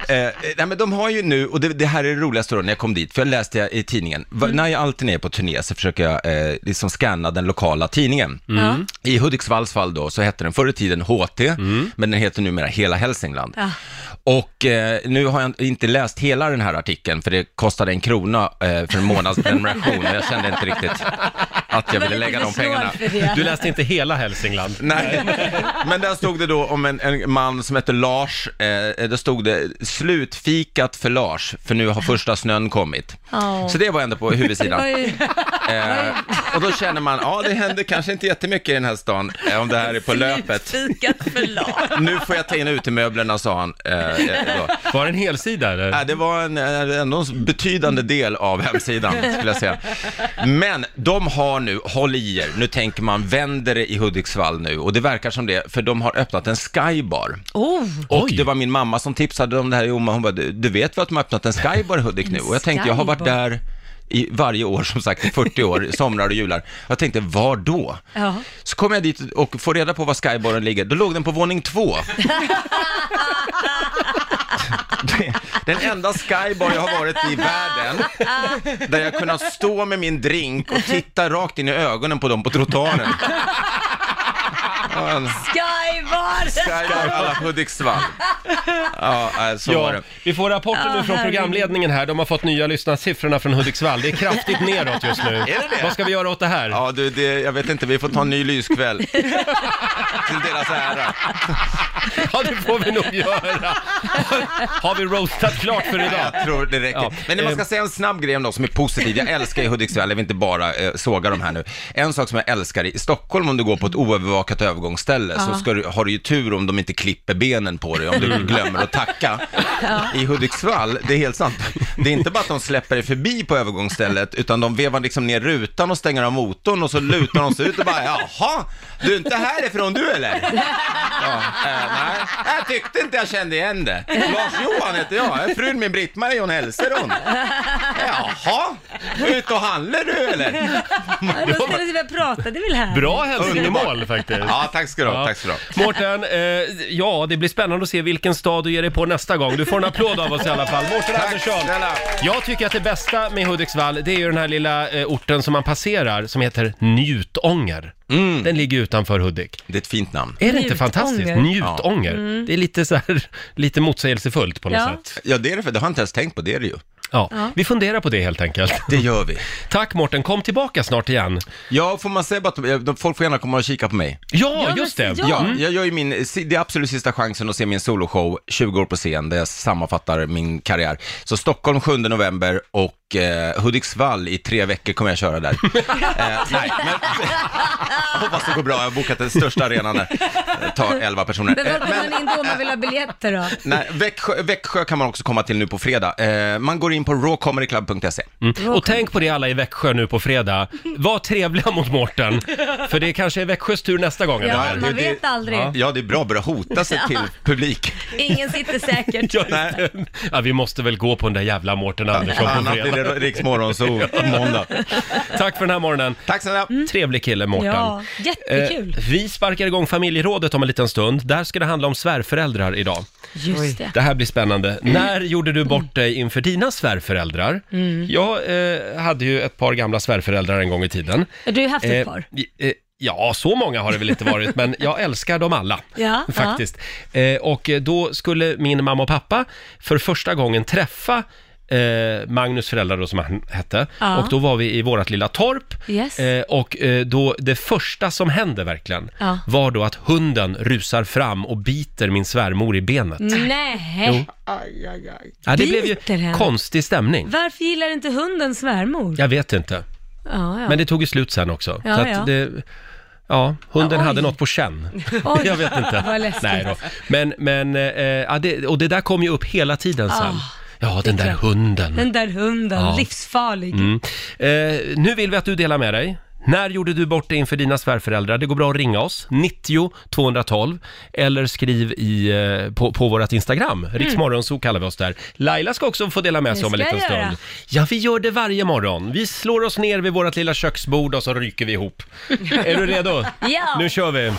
Speaker 8: nej men de har ju nu, och det, det här är det roligaste då när jag kom dit, för jag läste jag i tidningen, Va- när jag alltid är på turné så försöker jag eh, liksom scanna den lokala tidningen. I Hudiksvalls fall då, så hette den förr i tiden HT, men den heter numera Hela Hälsingland. Och eh, nu har jag inte läst hela den här artikeln, för det kostade en krona eh, för en månads prenumeration, och jag kände inte riktigt att jag
Speaker 2: Men
Speaker 8: ville lägga
Speaker 2: lite
Speaker 8: de
Speaker 2: förstår
Speaker 8: pengarna.
Speaker 2: för det.
Speaker 1: Du läste inte hela Hälsingland?
Speaker 8: Nej, men där stod det då om en, en man som hette Lars, eh, där stod det slutfikat för Lars, för nu har första snön kommit.
Speaker 2: Ja.
Speaker 8: Så det var ändå på huvudsidan.
Speaker 2: Vad är-
Speaker 8: Eh, och då känner man, ja det händer kanske inte jättemycket i den här stan, eh, om det här är på löpet.
Speaker 2: Fikat förlag.
Speaker 8: Nu får jag ta in utemöblerna, sa han. Eh, eh, då.
Speaker 1: Var det en helsida eller?
Speaker 8: Ja, det var en, eh, ändå en betydande del av hemsidan, skulle jag säga. Men de har nu, håll i er, nu tänker man vänder det i Hudiksvall nu, och det verkar som det, för de har öppnat en skybar.
Speaker 2: Oh,
Speaker 8: Och
Speaker 1: Oj.
Speaker 8: det var min mamma som tipsade om det här i Oma, hon bara, du du vet väl att de har öppnat en skybar i Hudik nu? Och jag tänkte, jag har varit
Speaker 2: skybar.
Speaker 8: där i varje år, som sagt, i 40 år, somrar och jular. Jag tänkte, var då?
Speaker 2: Ja.
Speaker 8: Så kom jag dit och får reda på var skybaren ligger. Då låg den på våning två. Det- Den enda skybar jag har varit i världen, där jag kunnat stå med min drink och titta rakt in i ögonen på dem på trottoaren. Ja, en
Speaker 2: skybar!
Speaker 8: Skybar alla Hudiksvall. Ja, nej, så var
Speaker 1: Ja,
Speaker 8: det.
Speaker 1: vi får rapporter nu från
Speaker 2: herregud.
Speaker 1: programledningen här. De har fått nya lyssnarsiffrorna från Hudiksvall. Det är kraftigt neråt just nu.
Speaker 8: det det?
Speaker 1: Vad ska vi göra åt det här?
Speaker 8: Ja, du, det, jag vet inte, vi får ta en ny lyskväll. Till deras ära.
Speaker 1: Ja, det får vi nog göra. Har vi roastat klart för idag?
Speaker 8: Jag tror det räcker.
Speaker 1: Ja,
Speaker 8: Men när man ska
Speaker 1: eh,
Speaker 8: säga en snabb grej om något som är positiv, jag älskar i Hudiksvall, jag vill inte bara eh, såga de här nu. En sak som jag älskar i Stockholm, om du går på ett oövervakat övergångsställe, så ska du, har du ju tur om de inte klipper benen på dig, om
Speaker 1: Mm.
Speaker 8: du glömmer att tacka. I Hudiksvall, det är helt sant, det är inte bara att de släpper dig förbi på övergångsstället, utan de vevar liksom ner rutan och stänger av motorn och så lutar de sig ut och bara, jaha, du är inte härifrån du eller? Ja, eh, nej, jag tyckte inte jag kände igen det. Lars-Johan heter jag, jag är frun min Britt-Marie, hon hälsar hon. Jaha, ut och handlar du eller?
Speaker 2: Då ställer sig vi och pratar, det är väl här.
Speaker 1: Bra hälsingemål faktiskt.
Speaker 8: Ja, tack ska du ha,
Speaker 1: Ja.
Speaker 8: tack ska du ha.
Speaker 1: Mårten, eh, ja det blir spännande att se vilken stad du ger dig på nästa gång. Du får en applåd av oss i alla fall. Mårten
Speaker 8: Tack
Speaker 1: Andersson!
Speaker 8: snälla.
Speaker 1: Jag tycker att det bästa med Hudiksvall, det är ju den här lilla eh, orten som man passerar som heter Njutånger. Den ligger utanför Hudik.
Speaker 8: Mm. Det är ett fint namn.
Speaker 1: Är det inte fantastiskt? Njutånger. Det är lite så här, lite motsägelsefullt på något
Speaker 2: Ja.
Speaker 1: sätt.
Speaker 8: Ja, det är det, för det har jag inte ens tänkt på, det är det ju.
Speaker 1: Ja. vi funderar på det helt enkelt.
Speaker 8: Det gör vi.
Speaker 1: Tack Mårten, kom tillbaka snart igen.
Speaker 8: Ja, får man säga bara att ja, folk får gärna komma och kika på mig.
Speaker 1: Ja,
Speaker 2: men
Speaker 1: just
Speaker 2: se-
Speaker 1: det!
Speaker 2: ja.
Speaker 8: Ja, jag gör ju min, det är absolut sista chansen att se min soloshow, 20 år på scen, där jag sammanfattar min karriär. Så Stockholm 7 november och eh, Hudiksvall i tre veckor kommer jag köra där. eh, nej, men jag hoppas det går bra, jag har bokat den största arenan där. Eh, Tar 11 personer.
Speaker 2: Men
Speaker 8: Eh,
Speaker 2: var kommer man in då om man vill ha biljetter då?
Speaker 8: nej, Växjö, Växjö kan man också komma till nu på fredag. Eh, man går in på rawcomedyclub.se.
Speaker 1: Mm. Och tänk på det alla i Växjö nu på fredag. Var trevliga mot Mårten, för det kanske är Växjös tur nästa gång. eller?
Speaker 2: Ja,
Speaker 8: det-
Speaker 2: man
Speaker 8: det-
Speaker 2: vet aldrig.
Speaker 8: Ja, det är bra, börja hota sig till publik.
Speaker 2: Ingen sitter säkert.
Speaker 1: Ja, just det. ja, vi måste väl gå på den där jävla Mårten Andersson på
Speaker 8: Annars blir
Speaker 1: fredag.
Speaker 8: det Riks Morgonzoo på måndag.
Speaker 1: Tack för den här morgonen. Mm.
Speaker 8: Tack snälla.
Speaker 1: Trevlig kille, Mårten.
Speaker 2: Ja, jättekul.
Speaker 1: Eh, vi sparkar igång familjerådet om en liten stund. Där ska det handla om svärföräldrar idag.
Speaker 2: Just det.
Speaker 1: Det här blir spännande. När gjorde du bort dig inför dina svärföräldrar?
Speaker 2: Mm.
Speaker 1: Jag eh, hade ju ett par gamla svärföräldrar en gång i tiden.
Speaker 2: Du har haft ett
Speaker 1: Eh,
Speaker 2: par.
Speaker 1: i- eh, ja, så många har det väl inte varit, men jag älskar dem alla.
Speaker 2: Ja,
Speaker 1: faktiskt. Eh, och då skulle min mamma och pappa för första gången träffa Eh, Magnus föräldrar då, som han hette.
Speaker 2: Ja.
Speaker 1: Och då var vi i vårat lilla torp.
Speaker 2: Yes.
Speaker 1: Eh, och eh, då, det första som hände verkligen
Speaker 2: Ja.
Speaker 1: var då att hunden rusar fram och biter min svärmor i benet.
Speaker 2: Nej.
Speaker 1: Ja, det blev ju
Speaker 2: Mm. Biter henne?
Speaker 1: konstig stämning.
Speaker 2: Varför gillar inte hunden svärmor?
Speaker 1: Jag vet inte.
Speaker 2: Ja, ja.
Speaker 1: Men det tog ju slut sen också.
Speaker 2: Ja,
Speaker 1: så att
Speaker 2: ja.
Speaker 1: Det, ja, hunden
Speaker 2: Ja, oj.
Speaker 1: hade något på känn.
Speaker 2: Oj,
Speaker 1: Jag vet inte.
Speaker 2: Vad läskigt.
Speaker 1: Nej då. Men, men eh, ja, det, och det där kom ju upp hela tiden sen. ja, den där
Speaker 2: klart.
Speaker 1: hunden.
Speaker 2: Ah, Den där hunden,
Speaker 1: Ja.
Speaker 2: livsfarlig.
Speaker 1: Mm. Eh, nu vill vi att du delar med dig. När gjorde du bort det inför dina svärföräldrar? Det går bra att ringa oss, 90 212, eller skriv i, eh, på, på vårt Instagram. Riksmorgonzoo kallar vi oss där. Laila ska också få dela med sig
Speaker 2: Mm. Det
Speaker 1: om en
Speaker 2: ska
Speaker 1: liten
Speaker 2: jag göra.
Speaker 1: stund. Ja, vi gör det varje morgon. Vi slår oss ner vid vårt lilla köksbord och så ryker vi ihop. Är du redo?
Speaker 2: Ja.
Speaker 1: Nu kör vi!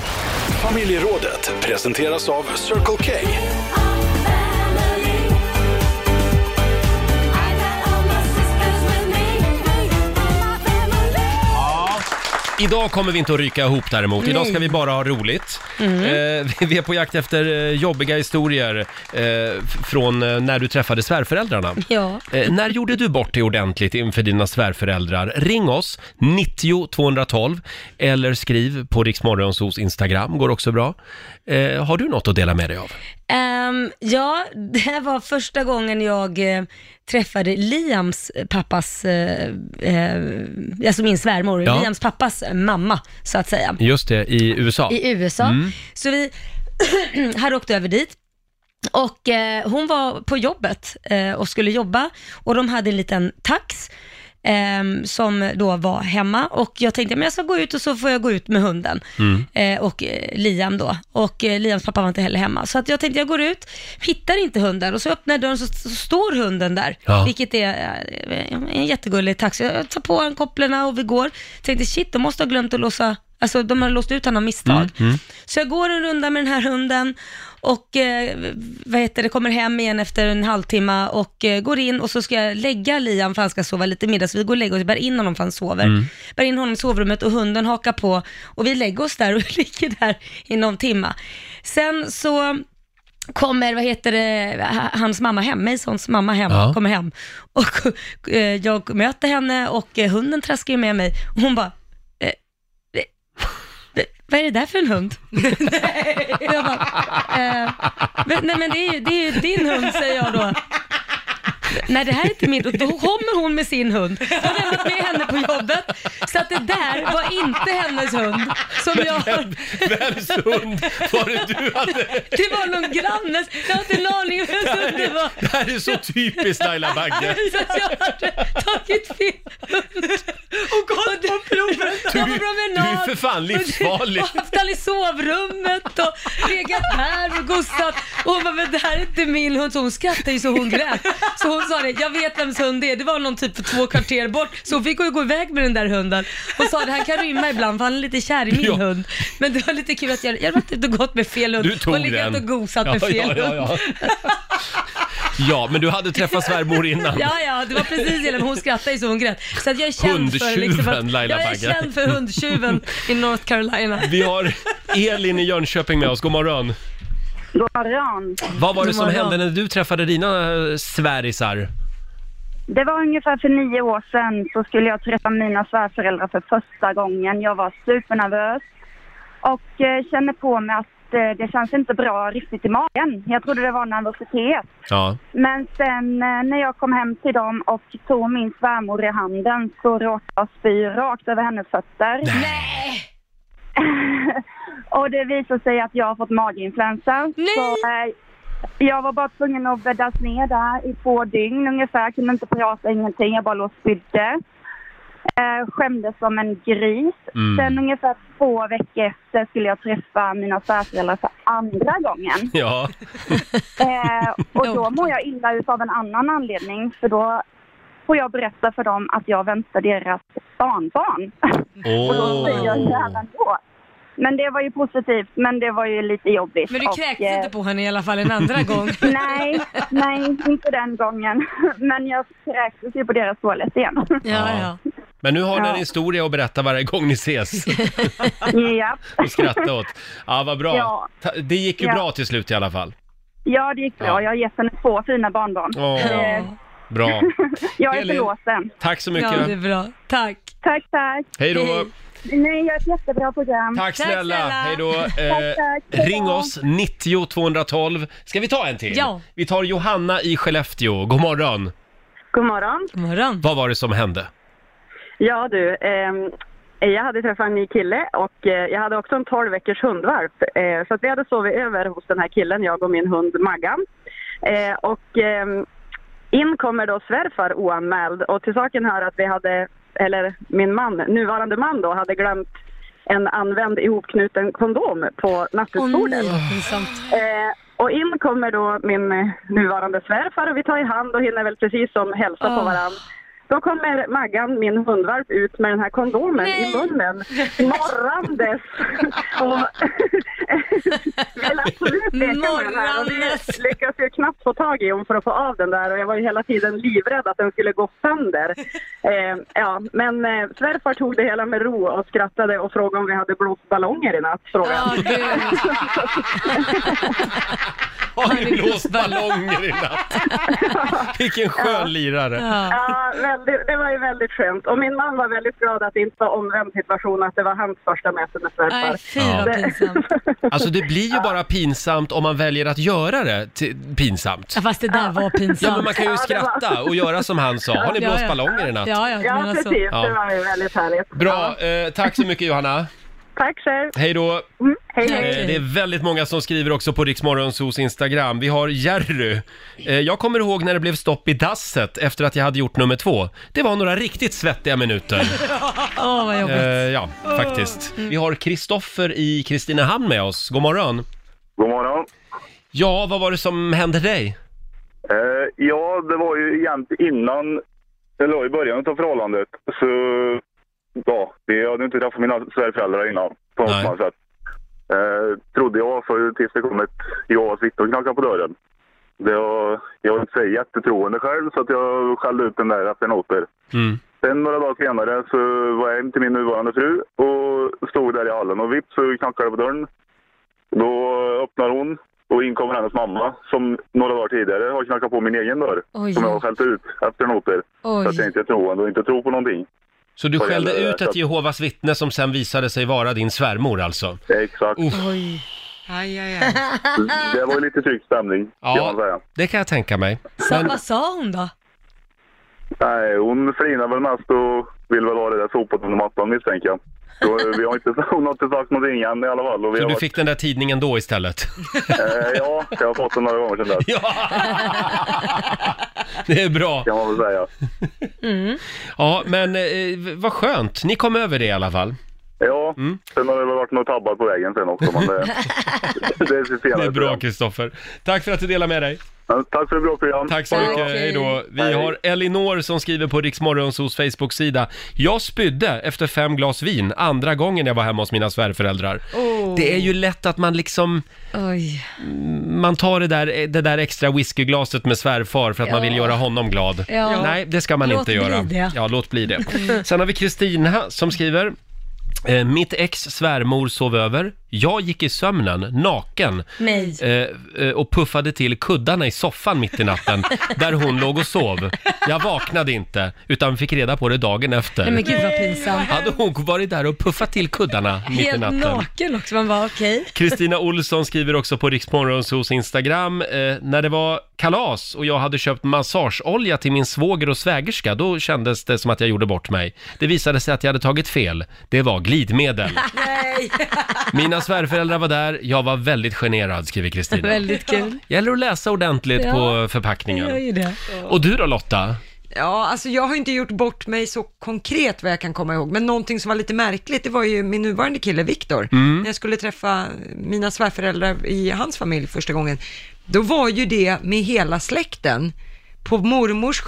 Speaker 9: Familjerådet presenteras av Circle K.
Speaker 1: Idag kommer vi inte att ryka ihop däremot. Idag ska vi bara ha roligt.
Speaker 2: Mm.
Speaker 1: Eh, vi- vi är på jakt efter eh, jobbiga historier eh, f- från eh, när du träffade svärföräldrarna.
Speaker 2: Ja.
Speaker 1: Eh, när gjorde du bort dig ordentligt inför dina svärföräldrar? Ring oss, 90 212 eller skriv på Riksmorgonsos Instagram, går också bra. Eh, har du något att dela med dig av?
Speaker 2: Ehm, ja, det här var första gången jag eh, träffade Liams pappas, eh, eh, alltså min svärmor,
Speaker 1: Ja.
Speaker 2: Liams pappas eh, mamma så att säga,
Speaker 1: Just det, i USA.
Speaker 2: i USA.
Speaker 1: Mm.
Speaker 2: Så vi hade åkt över dit. Och eh, hon var på jobbet eh, och skulle jobba och de hade en liten tax ehm, som då var hemma och jag tänkte men jag ska gå ut och så får jag gå ut med hunden
Speaker 1: Mm.
Speaker 2: eh, och eh, Liam då och eh, Liams pappa var inte heller hemma så att jag tänkte jag går ut, hittar inte hunden och så öppnar jag dörren så, så står hunden där
Speaker 1: Ja.
Speaker 2: vilket är eh, en jättegullig tax. Jag tar på honom kopplarna och vi går. Tänkte shit de måste ha glömt att låsa Alltså de har låst ut honom av misstag.
Speaker 7: Mm.
Speaker 1: Mm,
Speaker 2: Så jag går en runda med den här hunden och eh, vad heter det, kommer hem igen efter en halvtimme och eh, går in och så ska jag lägga Liam för han ska sova lite middag. Så vi går och lägger oss, bär in honom för han sover.
Speaker 7: Mm.
Speaker 1: Mm.
Speaker 2: Bär in honom i sovrummet och hunden hakar på och vi lägger oss där och ligger där i någon timma. Sen så kommer, vad heter det, h- hans mamma hem, Masons mamma hem,
Speaker 1: Ja.
Speaker 2: kommer hem. Och eh, jag möter henne och eh, hunden traskar ju med mig. Och hon bara, eh, eh, eh, vad är det där för en hund? Och jag bara, eh, men- nej men det är, ju, det är ju din hund säger jag då. Nej det här är inte min, och då kommer hon med sin hund. Jag har lämnat med henne på jobbet, så att det där var inte hennes hund. Som jag...
Speaker 1: Vems hund var det du hade?
Speaker 2: Det var någon grannes, jag har inte en aning om vem som det var.
Speaker 1: Det här är så typiskt Laila Bagge.
Speaker 2: Så att jag hade tagit fel hund. Och gått på prover, ta på promenad.
Speaker 1: du är för fan livsfarlig.
Speaker 2: Och haft han i sovrummet och legat här och gossat. Och hon bara, men det här är inte min hund. Så hon skrattade ju så hon grät. Så hon sa det, jag vet vems hund det är. Det var någon typ för två kvarter bort. Så hon fick ju gå iväg med den där hunden. Och sa det, han kan rymma ibland för han är lite kär i min
Speaker 1: Ja.
Speaker 2: hund. Men det var lite kul att jag, jag var ute och gått med fel hund.
Speaker 1: Du tog
Speaker 2: och legat
Speaker 1: den.
Speaker 2: och gosat med
Speaker 1: Ja,
Speaker 2: fel
Speaker 1: ja,
Speaker 2: hund.
Speaker 1: ja, ja. Ja, men du hade träffat svärmor innan.
Speaker 2: Ja, ja, det var precis det. Men Hon skrattade ju så hon grät. Så att jag är känd för... liksom
Speaker 1: Hundtjuven,
Speaker 2: att,
Speaker 1: Laila
Speaker 2: Jag är
Speaker 1: Bagge.
Speaker 2: känd för hundtjuven i North Carolina.
Speaker 1: Vi har Elin i Jönköping med oss, god morgon.
Speaker 10: God morgon.
Speaker 1: Vad var det
Speaker 10: God
Speaker 1: som
Speaker 10: morgon.
Speaker 1: hände när du träffade dina eh, svärisar?
Speaker 10: Det var ungefär för nio år sedan så skulle jag träffa mina svärföräldrar för första gången. Jag var supernervös och eh, kände på mig att eh, det känns inte bra riktigt i magen. Jag trodde det var nervositet.
Speaker 1: Ja.
Speaker 10: Men sen eh, när jag kom hem till dem och tog min svärmor i handen så råkade jag spy rakt över hennes fötter. Nej! och det visade sig att jag har fått maginfluensa. Så, eh, jag var bara tvungen att bäddas ner där i två dygn ungefär. Jag kunde inte prata, ingenting. Jag bara låg och spydde. Eh, skämdes som en gris.
Speaker 1: Mm.
Speaker 10: Sen ungefär två veckor efter skulle jag träffa mina svärföräldrar för andra gången.
Speaker 1: Ja.
Speaker 10: Eh, och då mår jag illa ut av en annan anledning för då får jag berätta för dem att jag väntar deras barnbarn.
Speaker 1: Åh.
Speaker 10: Och då säger jag det även då. Men det var ju positivt, men det var ju lite jobbigt.
Speaker 2: Men du
Speaker 10: Och,
Speaker 2: kräktes
Speaker 10: eh,
Speaker 2: inte på henne i alla fall en andra gång.
Speaker 10: Nej, nej, inte den gången. Men jag kräktes ju på deras toalett igen.
Speaker 1: Ja, Men nu har ni en
Speaker 10: Ja.
Speaker 1: historia att berätta varje gång ni ses
Speaker 10: ja.
Speaker 1: och skratta åt. Ja, vad bra.
Speaker 10: Ja.
Speaker 1: Ta- Det gick ju
Speaker 10: Ja.
Speaker 1: bra till slut i alla fall.
Speaker 10: ja, det gick bra. Jag har gett henne två fina barnbarn.
Speaker 1: Åh.
Speaker 10: Eh,
Speaker 1: Bra.
Speaker 10: Jag är
Speaker 1: Elin,
Speaker 10: förlåten.
Speaker 1: Tack så mycket.
Speaker 2: Ja, det är bra. Tack.
Speaker 10: Tack, tack.
Speaker 1: Hej då. Hej.
Speaker 10: Ni gör ett jättebra program.
Speaker 1: Tack snälla, hej då.
Speaker 10: Tack, tack.
Speaker 1: Eh, ring oss, 90 212. Ska vi ta en till?
Speaker 10: Ja.
Speaker 1: Vi tar Johanna i Skellefteå. God morgon.
Speaker 11: God morgon.
Speaker 2: God morgon.
Speaker 1: Vad var det som hände?
Speaker 11: Ja du, ehm, jag hade träffat en ny kille och eh, jag hade också en 12 veckors hundvalp. Eh, så att vi hade sovit över hos den här killen, jag och min hund Maggan. Eh, och ehm, in kommer då svärfar oanmäld och till saken hör att vi hade, eller min man, nuvarande man då, hade glömt en använd ihopknuten kondom på nattduksbordet. Eh, och in kommer då min eh, nuvarande svärfar och vi tar i hand och hinner väl precis som hälsa på
Speaker 12: Ah.
Speaker 11: varandra. Då kommer Maggan, min hundvalp, ut med den här kondomen i munnen, morrandes. och vill absolut
Speaker 1: Mm.
Speaker 11: leka med den här. Och vi lyckas ju knappt få tag i hon för att få av den där och jag var ju hela tiden livrädd att den skulle gå sönder. Eh, ja, men eh, svärfar tog det hela med ro och skrattade och frågade om vi hade blåst ballonger i natt, frågade han.
Speaker 1: Har ni blåst ballonger i natt? Vilken skön lirare.
Speaker 11: Ja, väldigt, det var ju väldigt skönt. Och min man var väldigt glad att det inte var omvänd situation, att det var hans första möte med svärfar.
Speaker 1: Nej, fy vad
Speaker 11: Det-
Speaker 1: Alltså det blir ju bara pinsamt om man väljer att göra det till, pinsamt.
Speaker 2: Ja, fast det där var pinsamt.
Speaker 1: Ja, men man kan ju skratta och göra som han sa. Har ni
Speaker 2: Ja,
Speaker 1: blåst
Speaker 2: ja.
Speaker 1: ballonger i natt?
Speaker 2: Ja, ja,
Speaker 11: Ja,
Speaker 2: men alltså.
Speaker 11: precis.
Speaker 1: Ja.
Speaker 11: Det var ju väldigt härligt.
Speaker 1: Bra, eh, tack så mycket Johanna.
Speaker 11: Tack själv.
Speaker 1: Hej då.
Speaker 11: Hej,
Speaker 1: Eh,
Speaker 11: hej.
Speaker 1: Det är väldigt många som skriver också på Riksmorgonsos Instagram. Vi har Jerry. Eh, Jag kommer ihåg när det blev stopp i dasset efter att jag hade gjort nummer två. Det var några riktigt svettiga minuter.
Speaker 2: Åh, vad
Speaker 1: Eh,
Speaker 2: jobbigt.
Speaker 1: ja, faktiskt. Vi har Kristoffer i Kristinehamn med oss. God morgon.
Speaker 13: God morgon.
Speaker 1: Ja, vad var det som hände dig?
Speaker 13: Eh, ja, det var ju egentligen innan, eller i början av förhållandet, så ja, vi hade inte träffat mina svärföräldrar innan på något annat sätt. Eh, trodde jag för tills det kom ett jag och Victor knackade på dörren. Det var, jag var inte så jättetroende själv så att jag skällde ut den där efter noter.
Speaker 7: Mm.
Speaker 13: Sen några dagar senare så var jag hem till min nuvarande fru och stod där i hallen och vips så knackade det på dörren. Då öppnar hon och in kommer hennes mamma som några dagar tidigare har knackat på min egen dörr
Speaker 2: Oj.
Speaker 13: som jag har skällt ut efter noter.
Speaker 2: Oj.
Speaker 13: Så att jag inte är troende och inte tror på någonting.
Speaker 1: Så du
Speaker 13: Vad
Speaker 1: skällde
Speaker 13: gäller-
Speaker 1: ut ett Jehovas vittne som sen visade sig vara din svärmor alltså?
Speaker 13: Exakt.
Speaker 1: Oj.
Speaker 5: Aj, aj, aj.
Speaker 13: Det var ju lite tryckt stämning kan man säga.
Speaker 1: Det kan jag tänka mig.
Speaker 2: Så, vad sa hon då?
Speaker 13: Nej, hon flinar väl mest och vill väl ha det där sopat under mattan misstänker jag. Så, eh, vi har inte, hon har inte sagt någonting än i alla fall. Och vi
Speaker 1: Så
Speaker 13: har
Speaker 1: du fick den där tidningen då istället?
Speaker 13: Eh, ja, jag har fått den några gånger sedan dess.
Speaker 1: Ja. Det är bra.
Speaker 13: Kan man väl säga.
Speaker 2: Mm.
Speaker 1: Ja, men eh, vad skönt. Ni kom över det i alla fall.
Speaker 13: Ja,
Speaker 1: Mm.
Speaker 13: sen har det väl varit några tabbar på vägen sen också. Men det, det är
Speaker 1: Det är bra Kristoffer. Tack för att du delade med dig.
Speaker 13: Tack för ett bra program.
Speaker 1: Tack så mycket, eh, hej då. Vi har Elinor som skriver på Riksmorgonsos Facebook-sida. Jag spydde efter fem glas vin andra gången jag var hemma hos mina svärföräldrar.
Speaker 2: Oh.
Speaker 1: Det är ju lätt att man liksom, mm,
Speaker 2: Oj.
Speaker 1: man tar det där, det där extra whiskyglaset med svärfar för att man
Speaker 2: Ja.
Speaker 1: vill göra honom glad.
Speaker 2: Ja.
Speaker 1: Nej, det ska man
Speaker 2: Låt
Speaker 1: inte
Speaker 2: bli
Speaker 1: göra.
Speaker 2: det. Mm.
Speaker 1: Ja, låt bli det. Sen har vi Kristina som skriver. "Eh, Mitt ex svärmor sov över. Jag gick i sömnen, naken.
Speaker 2: Nej.
Speaker 1: Eh, eh, och puffade till kuddarna i soffan mitt i natten där hon låg och sov. Jag vaknade inte utan fick reda på det dagen efter.
Speaker 2: Nej men gud vad pinsamt.
Speaker 1: Hade hon varit där och puffat till kuddarna mitt i
Speaker 2: Helt
Speaker 1: natten?
Speaker 2: naken också, man bara okej.
Speaker 1: Kristina Olsson skriver också på Riksmorgonsos Instagram, eh, när det var kalas och jag hade köpt massageolja till min svåger och svägerska, då kändes det som att jag gjorde bort mig. Det visade sig att jag hade tagit fel. Det var glidmedel.
Speaker 2: Nej.
Speaker 1: Mina svärföräldrar var där, jag var väldigt generad, skriver Kristina.
Speaker 2: Väldigt kul.
Speaker 1: Gäller att läsa ordentligt
Speaker 5: Ja,
Speaker 1: på förpackningen.
Speaker 5: jag gör ju det.
Speaker 1: Och du då Lotta?
Speaker 5: Ja, alltså jag har inte gjort bort mig så konkret vad jag kan komma ihåg, men någonting som var lite märkligt, det var ju min nuvarande kille Viktor.
Speaker 1: Mm.
Speaker 5: När jag skulle träffa mina svärföräldrar i hans familj första gången, då var ju det med hela släkten på mormors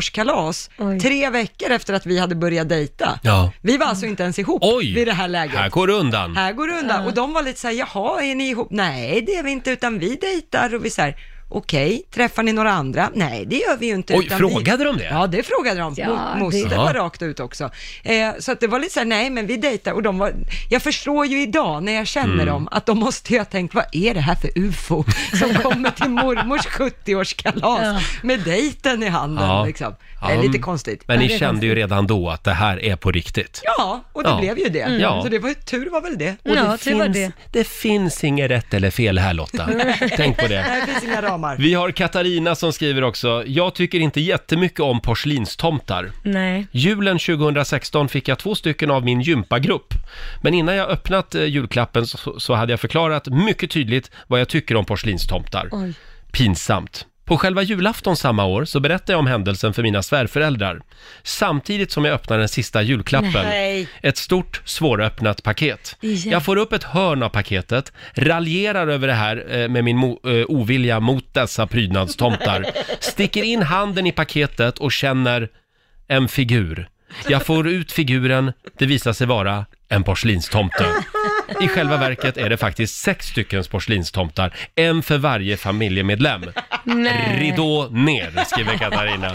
Speaker 5: 70-årskalas, tre veckor efter att vi hade börjat dejta.
Speaker 1: Ja.
Speaker 5: Vi var alltså inte ens ihop
Speaker 1: Oj.
Speaker 5: vid det här läget.
Speaker 1: Här går det undan.
Speaker 5: Här går det undan. Och de var lite så här, jaha, är ni ihop? Nej, det är vi inte, utan vi dejtar och vi så här, okej, träffar ni några andra? Nej, det gör vi ju inte.
Speaker 1: Oj,
Speaker 5: utan
Speaker 1: frågade
Speaker 5: vi...
Speaker 1: de det?
Speaker 5: Ja, det frågade de.
Speaker 2: Ja,
Speaker 5: Mo-
Speaker 2: det-
Speaker 5: Moster
Speaker 1: Ja.
Speaker 5: var rakt ut också. Eh, så att det var lite så här, nej, men vi dejtar. Och de var, jag förstår ju idag när jag känner
Speaker 1: Mm.
Speaker 5: dem, att de måste ju ha tänkt, vad är det här för ufo som kommer till mormors 70-årskalas med dejten i handen? Liksom. Det är
Speaker 1: Ja,
Speaker 5: lite konstigt.
Speaker 1: Men
Speaker 5: Ja,
Speaker 1: ni
Speaker 5: det är
Speaker 1: kände ju
Speaker 5: konstigt.
Speaker 1: redan då att det här är på riktigt.
Speaker 5: Ja, och det
Speaker 1: Ja.
Speaker 5: blev ju det.
Speaker 1: Mm. Ja.
Speaker 5: Så det var ju tur var väl det.
Speaker 1: Och det, finns, det. finns inget rätt eller fel här Lotta. Tänk på det.
Speaker 5: Nej, det finns inga ramar.
Speaker 1: Vi har Katarina som skriver också, jag tycker inte jättemycket om porslinstomtar.
Speaker 2: Nej.
Speaker 1: Julen 2016 fick jag två stycken av min gympagrupp. Men innan jag öppnat eh, julklappen så, så hade jag förklarat mycket tydligt vad jag tycker om porslinstomtar.
Speaker 2: Oj.
Speaker 1: Pinsamt. På själva julafton samma år så berättade jag om händelsen för mina svärföräldrar. Samtidigt som jag öppnar den sista julklappen.
Speaker 2: Nej.
Speaker 1: Ett stort, svåröppnat paket.
Speaker 2: Igen.
Speaker 1: Jag får upp ett hörn av paketet, raljerar över det här eh, med min mo- eh, ovilja mot dessa prydnadstomtar. Sticker in handen i paketet och känner en figur. Jag får ut figuren, det visar sig vara en porslinstomte. I själva verket är det faktiskt sex stycken porslinstomtar, en för varje familjemedlem.
Speaker 2: Nej.
Speaker 1: Ridå ner, skriver Katarina.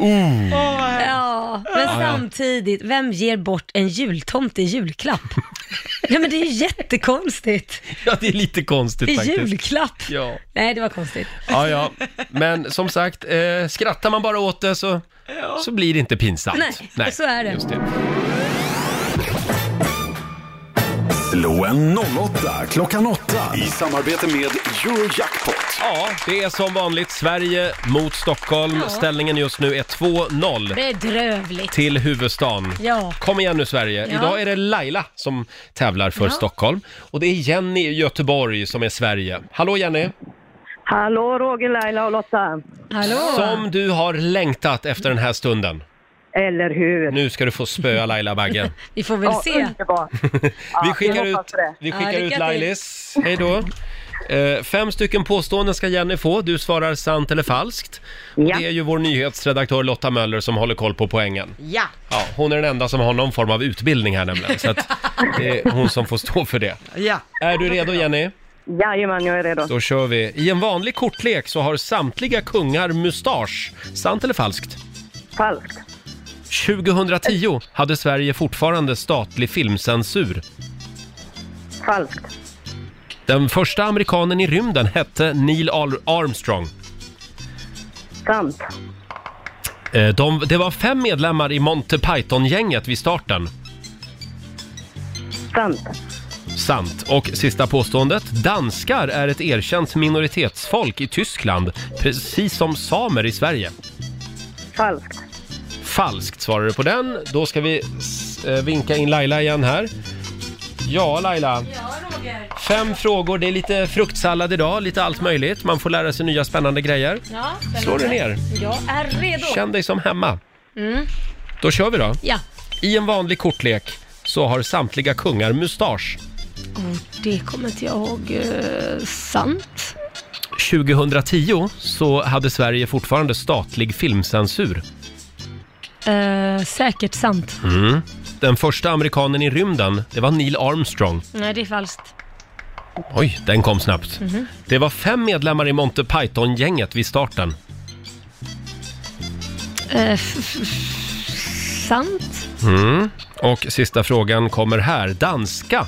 Speaker 1: Mm.
Speaker 2: Ja, men
Speaker 1: Ja, ja.
Speaker 2: samtidigt, vem ger bort en jultomte i julklapp? Nej men det är ju jättekonstigt.
Speaker 1: Ja, det är lite konstigt
Speaker 2: I
Speaker 1: faktiskt.
Speaker 2: julklapp?
Speaker 1: Ja.
Speaker 2: Nej, det var konstigt.
Speaker 1: Ja, ja. Men som sagt, eh, skrattar man bara åt det så, så blir det inte pinsamt.
Speaker 2: Nej, så är det.
Speaker 1: Just det.
Speaker 9: Slå en 08 klockan 8 i samarbete med Eurojackpot.
Speaker 1: Ja, det är som vanligt Sverige mot Stockholm.
Speaker 2: Ja.
Speaker 1: Ställningen just nu är 2-0
Speaker 2: Bedrövligt.
Speaker 1: till huvudstaden.
Speaker 2: Ja.
Speaker 1: Kom igen nu Sverige.
Speaker 2: Ja.
Speaker 1: Idag är det Laila som tävlar för
Speaker 2: Ja.
Speaker 1: Stockholm. Och det är Jenny i Göteborg som är Sverige. Hallå Jenny!
Speaker 12: Hallå Roger, Laila och Lotta.
Speaker 1: Som du har längtat efter den här stunden.
Speaker 12: Eller hur?
Speaker 1: Nu ska du få spöa Laila Bagge.
Speaker 2: Vi får väl
Speaker 12: Ja,
Speaker 2: se.
Speaker 12: Underbart.
Speaker 1: vi
Speaker 12: Ja,
Speaker 1: skickar
Speaker 12: jag
Speaker 1: ut,
Speaker 12: hoppas på det.
Speaker 1: vi
Speaker 12: Ja,
Speaker 1: skickar
Speaker 12: lycka
Speaker 1: ut
Speaker 12: till.
Speaker 1: Lailis. Hej då. Eh, fem stycken påståenden ska Jenny få. Du svarar sant eller falskt. Och det är ju vår nyhetsredaktör Lotta Möller som håller koll på poängen.
Speaker 5: Ja.
Speaker 1: Ja, hon är den enda som har någon form av utbildning här nämligen, så att det är hon som får stå för det.
Speaker 5: Ja.
Speaker 1: Är du redo Jenny?
Speaker 12: Jajamän, jag är redo.
Speaker 1: Då kör vi. I en vanlig kortlek så har samtliga kungar mustasch. Sant eller falskt?
Speaker 12: Falskt.
Speaker 1: 2010 hade Sverige fortfarande statlig filmcensur.
Speaker 12: Falskt.
Speaker 1: Den första amerikanen i rymden hette Neil Al- Armstrong.
Speaker 12: Sant.
Speaker 1: Eh, De, det var fem medlemmar i Monty Python-gänget vid starten.
Speaker 12: Sant.
Speaker 1: Sant. Och sista påståendet. Danskar är ett erkänt minoritetsfolk i Tyskland, precis som samer i Sverige.
Speaker 12: Falskt.
Speaker 1: Falskt svarar du på den. Då ska vi s- eh, vinka in Laila igen här. Ja, Laila.
Speaker 2: frågor.
Speaker 1: Fem frågor, det är lite fruktsallad idag, lite allt möjligt. Man får lära sig nya spännande grejer.
Speaker 2: Ja,
Speaker 1: Slå dig ner.
Speaker 2: Jag är redo.
Speaker 1: Känn dig som hemma.
Speaker 2: Mm.
Speaker 1: Då kör vi då.
Speaker 2: Ja.
Speaker 1: I en vanlig kortlek så har samtliga kungar mustasch.
Speaker 2: Oh, det kommer inte jag ihåg. eh, sant?
Speaker 1: 2010 så hade Sverige fortfarande statlig filmcensur.
Speaker 2: Eh, säkert sant.
Speaker 1: Mm. Den första amerikanen i rymden, det var Neil Armstrong.
Speaker 2: Nej, det är falskt.
Speaker 1: Oj, den kom snabbt.
Speaker 2: Mhm.
Speaker 1: Det var fem medlemmar i Monty Python-gänget vid starten.
Speaker 2: Eh, f- f- f- sant?
Speaker 1: Mm. Och sista frågan kommer här. Danska.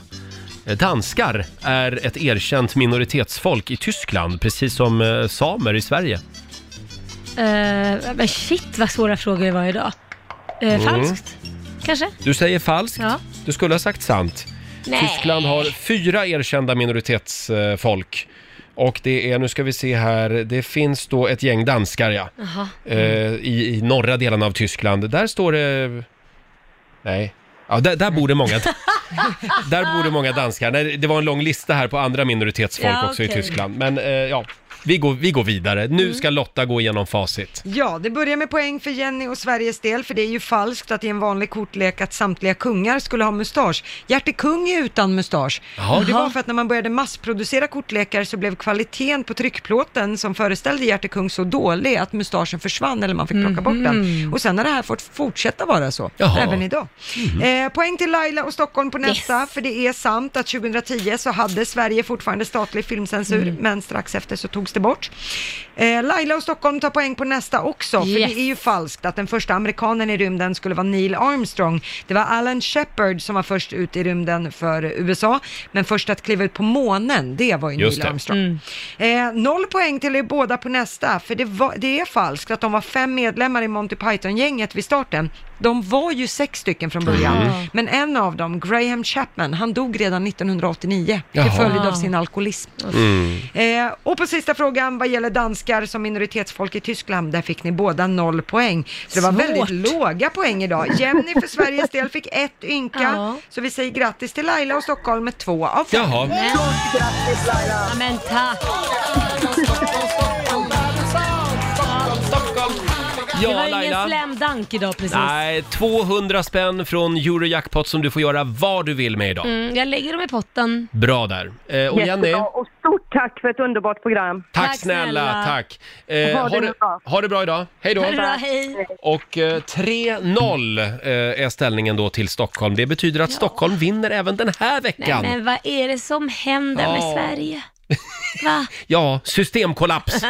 Speaker 1: eh, Danskar är ett erkänt minoritetsfolk i Tyskland, precis som eh, samer i Sverige.
Speaker 2: Eh, men shit vad svåra frågor det var idag. Eh,
Speaker 1: Mm.
Speaker 2: Falskt, kanske?
Speaker 1: Du säger falskt.
Speaker 2: Ja.
Speaker 1: Du skulle ha sagt sant.
Speaker 2: Nej.
Speaker 1: Tyskland har fyra erkända minoritetsfolk. Och det är, nu ska vi se här, det finns då ett gäng danskar ja.
Speaker 2: Jaha.
Speaker 1: Eh, i, I norra delen av Tyskland. Där står det... Nej. Ja, där, där bor det många. Där bor det många danskar. Nej, det var en lång lista här på andra minoritetsfolk
Speaker 5: Ja,
Speaker 1: också i
Speaker 5: okej.
Speaker 1: Tyskland. Men eh, ja, vi går, vi går vidare. Nu
Speaker 2: Mm.
Speaker 1: ska Lotta gå igenom facit.
Speaker 5: Ja, det börjar med poäng för Jenny och Sveriges del, för det är ju falskt att i en vanlig kortlek att samtliga kungar skulle ha mustasch. Hjärte kung är utan mustasch.
Speaker 7: Jaha.
Speaker 5: Och det var för att när man började massproducera kortlekar så blev kvaliteten på tryckplåten som föreställde Hjärte kung så dålig att mustaschen försvann eller man fick plocka bort den.
Speaker 7: Mhm.
Speaker 5: Och sen har det här fått fortsätta vara så,
Speaker 7: Jaha.
Speaker 5: även idag.
Speaker 7: Mhm.
Speaker 5: Eh, poäng till Laila och Stockholm på nästa, för det är sant att 2010 så hade Sverige fortfarande statlig filmcensur,
Speaker 7: Mm.
Speaker 5: men strax efter så togs det bort. Eh, Laila och Stockholm tar poäng på nästa också, för
Speaker 7: Yes.
Speaker 5: det är ju falskt att den första amerikanen i rymden skulle vara Neil Armstrong. Det var Alan Shepard som var först ut i rymden för USA, men först att kliva ut på månen, det var ju
Speaker 7: Just
Speaker 5: Neil
Speaker 7: det.
Speaker 5: Armstrong. Eh, noll poäng till er båda på nästa, för det, var, det är falskt att de var fem medlemmar i Monty Python-gänget vid starten. De var ju sex stycken från början,
Speaker 7: Mm.
Speaker 5: men en av dem, Graham Chapman, han dog redan 1989
Speaker 7: Jaha.
Speaker 5: till följd av sin alkoholism.
Speaker 7: Mm.
Speaker 5: Eh, och på sista frågan vad gäller danskar som minoritetsfolk i Tyskland, där fick ni båda noll poäng. Så det var
Speaker 7: Svårt.
Speaker 5: väldigt låga poäng idag. Jenny för Sveriges del fick ett ynka,
Speaker 2: Ja.
Speaker 5: så vi säger grattis till Laila och Stockholm med två av fem.
Speaker 1: Jaha.
Speaker 2: Grattis Laila! Ja, men tack!
Speaker 1: Ja,
Speaker 2: det var
Speaker 1: Laila.
Speaker 2: ingen slam dunk idag precis.
Speaker 1: Nej, 200 spänn från Eurojackpot som du får göra vad du vill med idag.
Speaker 2: Mm, jag lägger dem i potten.
Speaker 1: Bra där. Eh, och Jenny,
Speaker 12: Jättebra, och stort tack för ett underbart program.
Speaker 1: tack, snälla, tack. Eh,
Speaker 12: Ha det
Speaker 1: ha,
Speaker 12: nu
Speaker 1: det,
Speaker 12: bra.
Speaker 1: ha det bra idag. Hej då.
Speaker 12: Ha det bra,
Speaker 2: hej.
Speaker 1: Och eh, 3-0 eh, är ställningen då till Stockholm. Det betyder att Stockholm vinner även den här
Speaker 2: Nej,
Speaker 1: veckan.
Speaker 2: men vad är det som händer med
Speaker 1: Ja.
Speaker 2: Sverige? Va?
Speaker 1: Ja, systemkollaps.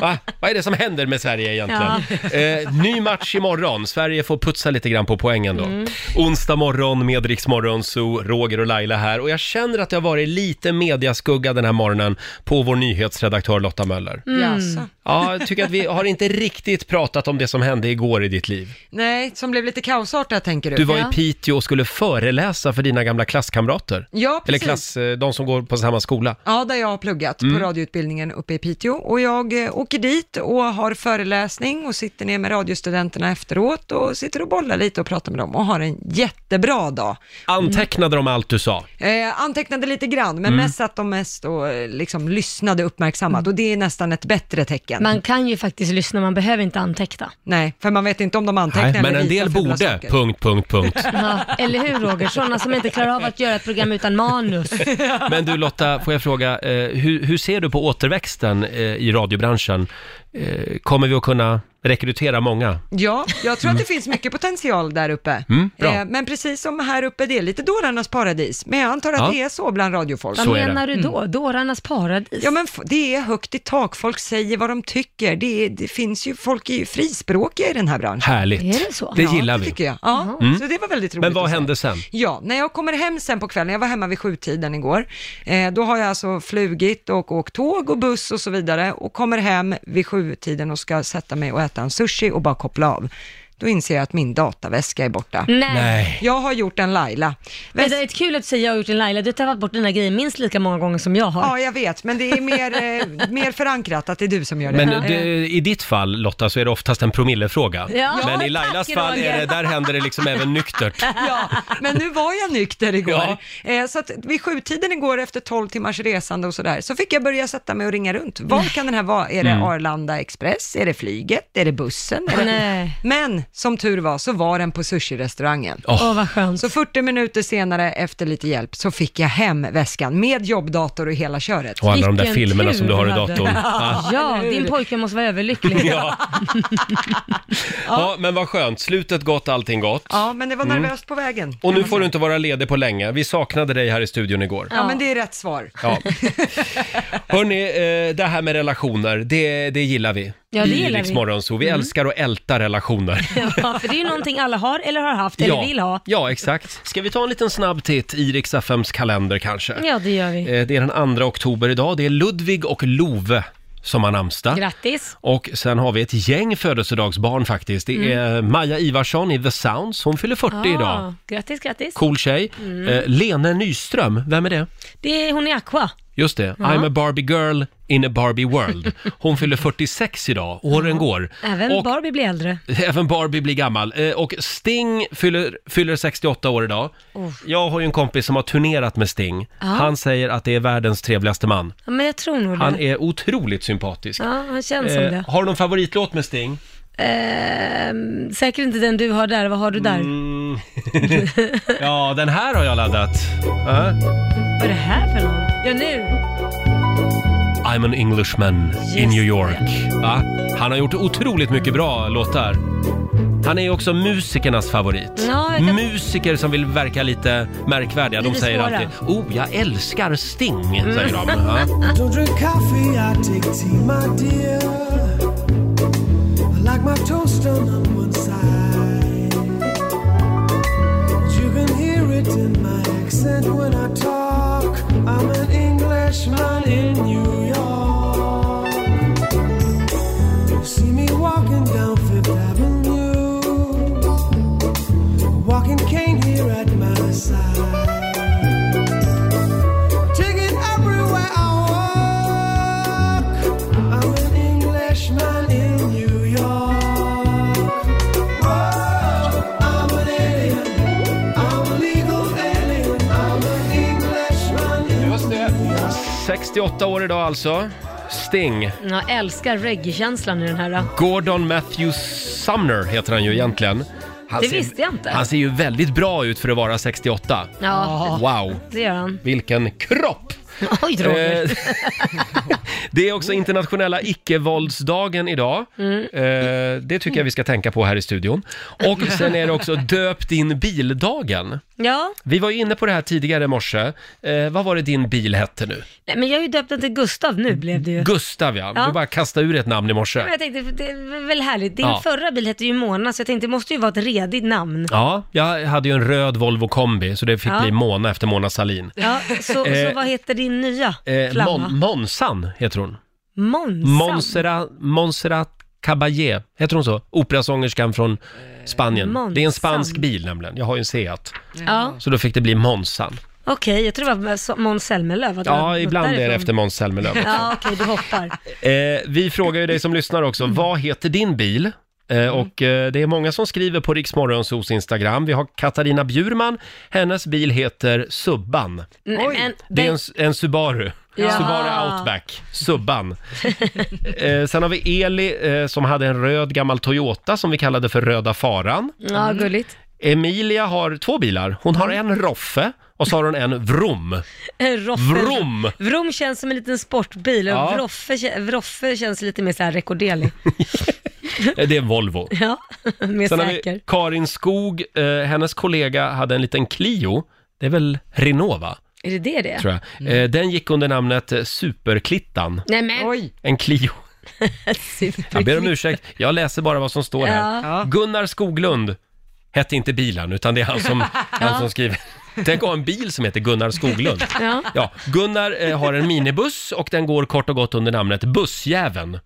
Speaker 1: Va? Vad är det som händer med Sverige egentligen? Eh, ny match imorgon. Sverige får putsa lite grann på poängen då.
Speaker 7: Mm.
Speaker 1: Onsdag morgon med Rix Morgon, så Roger och Laila här. Och jag känner att jag har varit lite mediaskugga den här morgonen på vår nyhetsredaktör Lotta Möller.
Speaker 5: Mm.
Speaker 1: Ja, jag tycker att vi har inte riktigt pratat om det som hände igår i ditt liv.
Speaker 5: Nej, som blev lite kaosartat tänker du.
Speaker 1: Du var i Piteå och skulle föreläsa för dina gamla klasskamrater.
Speaker 5: Ja,
Speaker 1: Eller
Speaker 5: precis.
Speaker 1: klass, eh, de som går på samma skola.
Speaker 5: Ja, där jag har pluggat
Speaker 1: Mm.
Speaker 5: på radioutbildningen uppe i Piteå. Och jag eh, åker dit och har föreläsning och sitter ner med radiostudenterna efteråt och sitter och bollar lite och pratar med dem och har en jättebra dag.
Speaker 1: Antecknade de allt du sa?
Speaker 5: Eh, antecknade lite grann, men
Speaker 1: Mm.
Speaker 5: mest att de mest och, eh, liksom, lyssnade uppmärksammat och det är nästan ett bättre tecken.
Speaker 2: Man kan ju faktiskt lyssna, man behöver inte anteckna.
Speaker 5: Nej, för man vet inte om de antecknar
Speaker 1: Nej, men
Speaker 5: eller
Speaker 1: en
Speaker 5: visar
Speaker 1: del
Speaker 5: fula
Speaker 1: borde,
Speaker 5: saker.
Speaker 1: punkt, punkt, punkt.
Speaker 2: Ja, eller hur Roger? Sådana som inte klarar av att göra ett program utan manus.
Speaker 1: Men du Lotta, får jag fråga, eh, hur, hur ser du på återväxten eh, i radiobranschen? Eh, kommer vi att kunna rekrytera många?
Speaker 5: Ja, jag tror att
Speaker 1: Mm.
Speaker 5: det finns mycket potential där uppe. Eh,
Speaker 1: Mm, bra.
Speaker 5: men precis som här uppe, det är lite dårarnas paradis. Men jag antar att
Speaker 1: Ja.
Speaker 5: det är så bland radiofolk.
Speaker 2: Vad menar du då?
Speaker 5: Mm.
Speaker 2: Dårarnas paradis?
Speaker 5: Ja, men f- det är högt i tak, folk säger vad de tycker. Det, är, det finns ju, folk är ju frispråkiga i den här branschen.
Speaker 1: Härligt. Är det så? Det gillar
Speaker 5: ja,
Speaker 1: vi.
Speaker 5: Det tycker jag. Ja,
Speaker 1: Mm.
Speaker 5: så det var väldigt roligt
Speaker 1: Men vad
Speaker 5: att se.
Speaker 1: hände sen?
Speaker 5: Ja, när jag kommer hem sen på kvällen, jag var hemma vid sjutiden igår, eh, då har jag alltså flugit och åkt tåg och buss och så vidare och kommer hem vid sjutiden och ska sätta mig och äta en sushi och bara koppla av. då inser jag att min dataväska är borta.
Speaker 2: Nej. Nej.
Speaker 5: Jag har gjort en Laila.
Speaker 2: Men det är ett kul att säga jag har gjort en Laila, du har tappat bort dina grejer minst lika många gånger som jag har.
Speaker 5: Ja, jag vet, men det är mer, eh, mer förankrat att det är du som gör det. Eh,
Speaker 1: Men det, i ditt fall Lotta så är det oftast en promillefråga.
Speaker 5: Ja,
Speaker 1: men i
Speaker 5: tack,
Speaker 1: Lailas fall är det,
Speaker 5: Roger.
Speaker 1: där händer det liksom även nyktert.
Speaker 5: Ja, men nu var jag nykter igår. Eh, så att vid sjutiden igår efter 12 timmars resande och sådär, så fick jag börja sätta mig och ringa runt. Var kan den här vara? Är det
Speaker 2: Mm.
Speaker 5: Arlanda Express? Är det flyget? Är det bussen? Är det...
Speaker 2: Nej.
Speaker 5: Men som tur var så var den på sushi-restaurangen.
Speaker 2: Åh, vad skönt.
Speaker 5: Så 40 minuter senare, efter lite hjälp, så fick jag hem väskan med jobbdator och hela köret.
Speaker 1: Och alla de där Vilken filmerna tur som alltså, du har i du hade. datorn.
Speaker 5: Ja,
Speaker 2: Ja,
Speaker 5: eller hur?
Speaker 2: din pojke måste vara överlycklig.
Speaker 1: Ja. Ja, men vad skönt. Slutet gott, allting gott.
Speaker 5: ja, men det var
Speaker 1: Mm.
Speaker 5: nervöst på vägen.
Speaker 1: Och nu får du inte vara ledig på länge. Vi saknade dig här i studion igår.
Speaker 5: Ja, men det är rätt svar.
Speaker 1: Ja. Hörni, eh, det här med relationer, det, det gillar vi.
Speaker 2: Ja, det
Speaker 1: I
Speaker 2: gillar vi. Mm.
Speaker 1: Rix Morgon Zoo. Vi älskar att älta relationer.
Speaker 2: Ja, för det är ju någonting alla har eller har haft eller vill ha.
Speaker 1: ja, exakt. Ska vi ta en liten snabb titt i Rix FMs kalender kanske?
Speaker 2: Ja, det gör vi.
Speaker 1: Eh, Det är den 2 oktober idag. Det är Ludvig och Love som har namnsdag.
Speaker 2: Grattis.
Speaker 1: Och sen har vi ett gäng födelsedagsbarn faktiskt. Det
Speaker 2: Mm.
Speaker 1: är Maja Ivarsson i The Sounds. Hon fyller 40 idag.
Speaker 2: Ja, Grattis, grattis.
Speaker 1: Cool tjej.
Speaker 2: Mm.
Speaker 1: Eh, Lene Nyström, vem är det?
Speaker 2: Det är, hon är Aqua.
Speaker 1: Just det,
Speaker 2: Ja.
Speaker 1: I'm a Barbie girl in a Barbie world. Hon fyller 46 idag, åren går.
Speaker 2: Även
Speaker 1: och,
Speaker 2: Barbie blir äldre.
Speaker 1: även Barbie blir gammal. Eh, Och Sting fyller, fyller 68 år idag.
Speaker 2: Oh.
Speaker 1: Jag har ju en kompis som har turnerat med Sting.
Speaker 2: Ja.
Speaker 1: Han säger att det är världens trevligaste man.
Speaker 2: Ja, men jag tror nog
Speaker 1: Han
Speaker 2: det.
Speaker 1: är otroligt sympatisk.
Speaker 2: Ja, han känns som
Speaker 1: Eh,
Speaker 2: det.
Speaker 1: Har du någon favoritlåt med Sting?
Speaker 2: Ehm, säkert inte den du har där. Vad har du där?
Speaker 1: Mm. ja, den här har jag laddat. Eh? Ja.
Speaker 2: Vad är det här för någon? Ja, nu.
Speaker 1: I'm an Englishman in New York. Va? Han har gjort otroligt mycket bra låtar. Han är ju också musikernas favorit.
Speaker 2: Ja, jag kan-
Speaker 1: Musiker som vill verka lite märkvärdiga, de
Speaker 2: Lite
Speaker 1: säger
Speaker 2: svåra.
Speaker 1: alltid “Oh, jag älskar Sting”,
Speaker 7: Mm.
Speaker 1: säger de. Ja.
Speaker 7: Don't drink coffee, I take tea, my dear. I like my toast done on one side. But you can hear it in my accent when I talk. I'm an Englishman in New York. You see me walking down Fifth Avenue. Walking cane here at my side. Taking everywhere I walk. I'm an Englishman in New York. Oh, I'm an alien. I'm a legal alien. I'm an Englishman in New York.
Speaker 1: 68 år idag alltså. Sting.
Speaker 2: Mm, Jag älskar reggae-känslan i den här.
Speaker 1: Gordon Matthew Sumner heter han ju egentligen. Han
Speaker 2: Det visste jag inte.
Speaker 1: Han ser ju väldigt bra ut för att vara 68.
Speaker 2: Ja.
Speaker 1: Wow,
Speaker 2: Det gör han.
Speaker 1: vilken kropp!
Speaker 2: Oj, Roger.
Speaker 1: Eh, det är också internationella icke-våldsdagen idag.
Speaker 2: Mm.
Speaker 1: Eh, det tycker jag vi ska tänka på här i studion. Och sen är det också döp din bildagen.
Speaker 2: Ja,
Speaker 1: Vi var ju inne på det här tidigare i morse. Eh, vad var det din bil hette nu?
Speaker 2: Nej, men jag har ju döpt den till Gustav nu blev det ju.
Speaker 1: Gustav ja.
Speaker 2: Ja.
Speaker 1: Du bara kastade ur ett namn i morse.
Speaker 2: Men jag tänkte, det är väl härligt. Din
Speaker 1: Ja.
Speaker 2: förra bil hette ju Mona, så jag tänkte det måste ju vara ett redigt namn.
Speaker 1: Ja, jag hade ju en röd Volvo kombi så det fick
Speaker 2: Ja.
Speaker 1: bli Mona efter Mona Salin.
Speaker 2: Ja, så, så
Speaker 1: Eh,
Speaker 2: vad heter din nya
Speaker 1: Eh,
Speaker 2: flamma?
Speaker 1: Mon- Monsan heter hon.
Speaker 2: Monsan?
Speaker 1: Monserrat, Monserrat Caballé, heter hon så? Operasångerskan från Spanien.
Speaker 2: Monsan.
Speaker 1: Det är en spansk bil nämligen, jag har ju en Seat.
Speaker 2: Ja,
Speaker 1: Så då fick det bli Monsan.
Speaker 2: okej, jag tror det var så- Måns Zelmerlöw. att det var
Speaker 1: Ja,
Speaker 2: något
Speaker 1: ibland är det
Speaker 2: därifrån.
Speaker 1: efter Måns Zelmerlöw.
Speaker 2: Ja, okej, du hoppar.
Speaker 1: Eh, vi frågar ju dig som lyssnar också,
Speaker 2: Mm.
Speaker 1: vad heter din bil? Eh, och eh, det är många som skriver på Riksmorgonsos Instagram. Vi har Katarina Bjurman, hennes bil heter Subban.
Speaker 2: Nej, men,
Speaker 1: Det är en, en Subaru.
Speaker 2: Mm, Ja. Ah.
Speaker 1: Subaru Outback, Subban. eh, sen har vi Eli eh, som hade en röd gammal Toyota som vi kallade för Röda Faran.
Speaker 2: Ja, gulligt. Mm.
Speaker 1: Emilia har två bilar. Hon har en Roffe och så har hon en Vrom.
Speaker 2: Roffe.
Speaker 1: Vrom!
Speaker 2: Vrom känns som en liten sportbil och
Speaker 1: Ja.
Speaker 2: Vroffe, kä- Vroffe känns lite mer så här rekorderlig.
Speaker 1: Eh, Det är en Volvo.
Speaker 2: Ja, mer
Speaker 1: Sen har
Speaker 2: säker.
Speaker 1: vi Karin Skog, eh, hennes kollega hade en liten Clio. Det är väl Renault va?
Speaker 2: Är det det det? är?
Speaker 1: Tror jag. Eh, den gick under namnet eh, Superklittan.
Speaker 2: Nej men. Oj.
Speaker 1: En Clio. Jag ber om ursäkt, jag läser bara vad som står här.
Speaker 2: Ja.
Speaker 1: Gunnar Skoglund hette inte bilen, utan det är han som, han som skriver. Tänk att ha en bil som heter Gunnar Skoglund.
Speaker 2: Ja.
Speaker 1: Ja, Gunnar eh, har en minibuss och den går kort och gott under namnet Bussjäveln.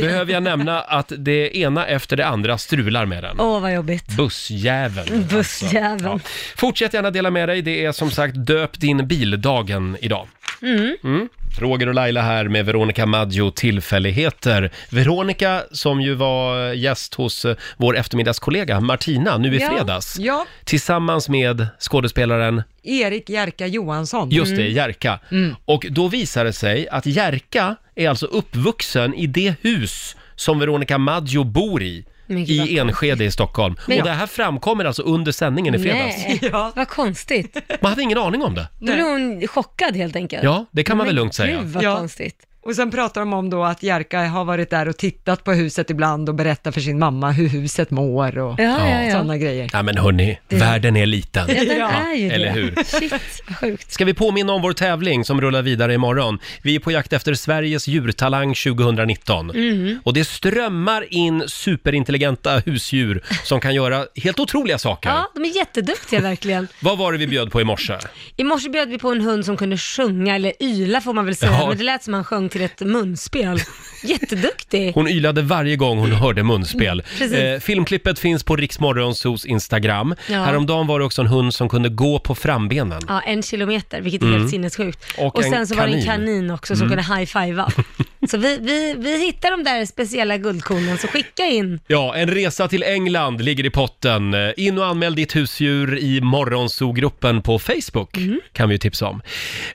Speaker 1: Behöver jag nämna att det ena efter det andra strular med den.
Speaker 2: Åh, vad jobbigt.
Speaker 1: Bussjäveln.
Speaker 2: Bussjäveln.
Speaker 1: Fortsätt gärna dela med dig. Det är som sagt döp din bildagen idag.
Speaker 2: Mm.
Speaker 1: Mm. Roger och Laila här med Veronica Maggio, tillfälligheter. Veronica som ju var gäst hos eh, vår eftermiddagskollega Martina nu i
Speaker 5: Ja,
Speaker 1: fredags.
Speaker 5: ja.
Speaker 1: Tillsammans med skådespelaren,
Speaker 5: Erik Jerka Johansson.
Speaker 1: just
Speaker 2: Mm.
Speaker 1: det, Jerka.
Speaker 5: Mm.
Speaker 1: Och då visade det sig att Jerka är alltså uppvuxen i det hus som Veronica Maggio bor i.
Speaker 2: Men gud, vad
Speaker 1: I Enskede i Stockholm.
Speaker 2: Men-
Speaker 1: Och det här framkommer alltså under sändningen i fredags.
Speaker 2: Nej, vad konstigt.
Speaker 1: Man hade ingen aning om det.
Speaker 2: Då blev hon chockad helt enkelt.
Speaker 1: Ja, det kan man väl lugnt säga.
Speaker 2: Gud, vad
Speaker 5: Ja.
Speaker 2: konstigt.
Speaker 5: Och sen pratar de om då att Jerka har varit där och tittat på huset ibland och berättat för sin mamma hur huset mår och
Speaker 2: Ja, ja, ja.
Speaker 5: sådana grejer.
Speaker 1: Ja men hörni, världen är liten.
Speaker 5: Ja, den är ju det.
Speaker 1: Eller hur?
Speaker 2: Shit, vad sjukt.
Speaker 1: Ska vi påminna om vår tävling som rullar vidare imorgon? Vi är på jakt efter Sveriges djurtalang 2019.
Speaker 2: Mm.
Speaker 1: Och det strömmar in superintelligenta husdjur som kan göra helt otroliga saker.
Speaker 2: Ja, de är jätteduktiga verkligen.
Speaker 1: Vad var det vi bjöd på i morse?
Speaker 2: I morse bjöd vi på en hund som kunde sjunga, eller yla får man väl säga,
Speaker 1: Ja.
Speaker 2: men det lät som han sjöng till ett munspel. Jätteduktig.
Speaker 1: Hon ylade varje gång hon hörde munspel.
Speaker 2: Mm, Precis.
Speaker 1: Eh, filmklippet finns på Riksmorgonsos Instagram.
Speaker 2: Ja.
Speaker 1: Häromdagen var det också en hund som kunde gå på frambenen.
Speaker 2: Ja, en kilometer, vilket är
Speaker 1: Mm.
Speaker 2: helt sinnessjukt.
Speaker 1: Och
Speaker 2: Och,
Speaker 1: en
Speaker 2: sen så var det en
Speaker 1: kanin.
Speaker 2: kanin också som
Speaker 1: Mm.
Speaker 2: kunde high-fivea. Så vi, vi, vi hittar de där speciella guldkornen, så skicka in.
Speaker 1: Ja, en resa till England ligger i potten. Eh, In och anmäl ditt husdjur i Morgonzoo-gruppen på Facebook, kan vi ju tipsa om.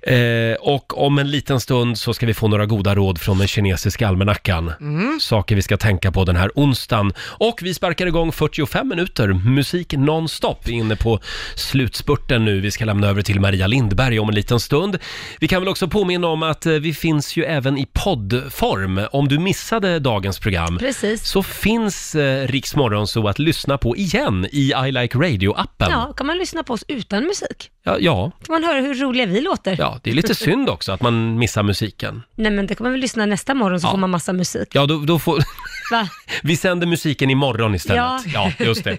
Speaker 1: Eh, och om en liten stund så ska vi få några goda råd från den kinesiska almanackan. Saker vi ska tänka på den här onsdagen. Och vi sparkar igång 45 minuter musik nonstop inne på slutspurten nu. Vi ska lämna över till Maria Lindberg om en liten stund. Vi kan väl också påminna om att eh, vi finns ju även i poddform. Om du missade dagens program
Speaker 2: Precis.
Speaker 1: så finns eh, Rix så att lyssna på igen i I Like Radio-appen. Ja.
Speaker 2: Ja, kan man lyssna på oss utan musik?
Speaker 1: Ja, ja,
Speaker 2: Kan man höra hur roliga vi låter?
Speaker 1: det är lite synd också att man missar musiken.
Speaker 2: Nej, men det kan man väl lyssna nästa morgon så får man massa musik.
Speaker 1: Ja, då, då får...
Speaker 2: Va?
Speaker 1: Vi sänder musiken imorgon istället. Ja.
Speaker 2: Ja.
Speaker 1: just det.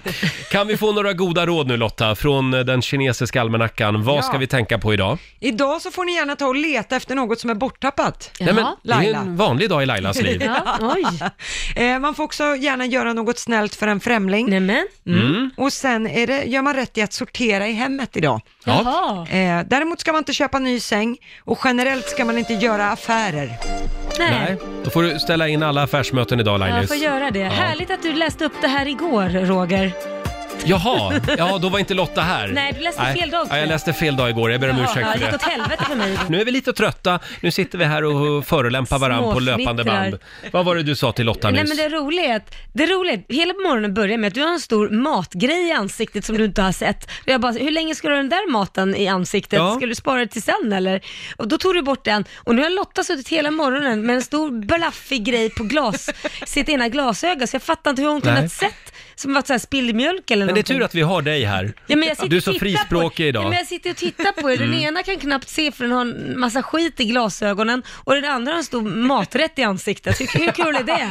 Speaker 1: Kan vi få några goda råd nu Lotta från eh, den kinesiska almanackan? Vad
Speaker 5: Ja.
Speaker 1: ska vi tänka på idag?
Speaker 5: Idag så får ni gärna ta och leta efter något som är borttappat.
Speaker 1: Nej, men, det är en vanlig dag i Lailas liv.
Speaker 5: Eh, Man får också gärna göra något snällt för en främling.
Speaker 1: Mm.
Speaker 5: Mm. Och sen är det, gör man rätt i att sortera i hemmet idag.
Speaker 1: Ja.
Speaker 5: Eh, däremot ska man inte köpa ny säng och generellt ska man inte göra affärer.
Speaker 1: Nej. Då får du ställa in alla affärsmöten idag
Speaker 2: Ja, jag
Speaker 1: Lailis.
Speaker 2: får göra det.
Speaker 1: Ja.
Speaker 2: Härligt att du läste upp det här igår, Roger.
Speaker 1: Jaha, ja då var inte Lotta här.
Speaker 2: Nej, du läste fel dag också.
Speaker 1: Ja, jag läste fel dag igår, jag ber om ursäkt
Speaker 2: Ja,
Speaker 1: för
Speaker 2: det gick
Speaker 1: det.
Speaker 2: åt helvete för mig.
Speaker 1: Nu är vi lite trötta, nu sitter vi här och förolämpar varandra på
Speaker 2: Småfnittrar.
Speaker 1: löpande band. Vad var det du sa till Lotta
Speaker 2: Nej
Speaker 1: nyss?
Speaker 2: men det roliga är att, det roliga är att hela morgonen börjar med att du har en stor matgrej i ansiktet som du inte har sett. Och jag bara, hur länge ska du ha den där maten i ansiktet?
Speaker 1: Ja.
Speaker 2: Ska du spara det till sen eller? Och då tog du bort den och nu har Lotta suttit hela morgonen med en stor blaffig grej på glas, sitt ena glasöga, så jag fattar inte hur hon
Speaker 1: Nej.
Speaker 2: kunnat sett som varit så här spillmjölk eller
Speaker 1: Men det är
Speaker 2: någonting.
Speaker 1: tur att vi har dig här.
Speaker 2: Ja, men jag sitter
Speaker 1: du är
Speaker 2: och
Speaker 1: så
Speaker 2: tittar på,
Speaker 1: frispråkig
Speaker 2: Ja,
Speaker 1: idag.
Speaker 2: Men jag sitter och tittar på er. Den
Speaker 1: Mm.
Speaker 2: ena kan knappt se för den har en massa skit i glasögonen och den andra har en stor maträtt i ansiktet. Hur, hur kul är det?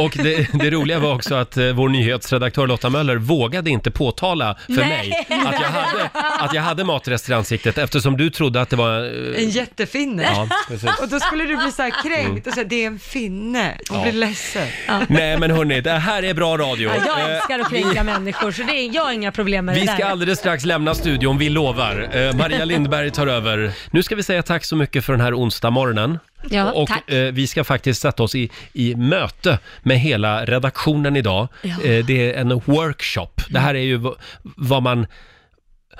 Speaker 1: Och det, det roliga var också att eh, vår nyhetsredaktör Lotta Möller vågade inte påtala för
Speaker 2: Nej.
Speaker 1: mig att jag hade, att jag hade matrester i ansiktet eftersom du trodde att det var... eh,
Speaker 5: En jättefinne.
Speaker 1: Ja, precis.
Speaker 5: och då skulle du bli så här kränkt och säga det är en finne. Hon
Speaker 1: Ja.
Speaker 5: blir ledsen.
Speaker 1: Nej men hörni, det här är bra radio.
Speaker 2: Ja, jag
Speaker 1: Eh,
Speaker 2: älskar att kränka människor så det är, jag har inga problem med
Speaker 1: Vi
Speaker 2: det där.
Speaker 1: ska alldeles strax lämna studion, vi lovar. Eh, Maria Lindberg tar över. Nu ska vi säga tack så mycket för den här onsdag morgonen.
Speaker 2: Ja,
Speaker 1: och
Speaker 2: tack.
Speaker 1: Eh, vi ska faktiskt sätta oss i, i möte med hela redaktionen idag. Eh, det är en workshop. Det här är ju v- vad man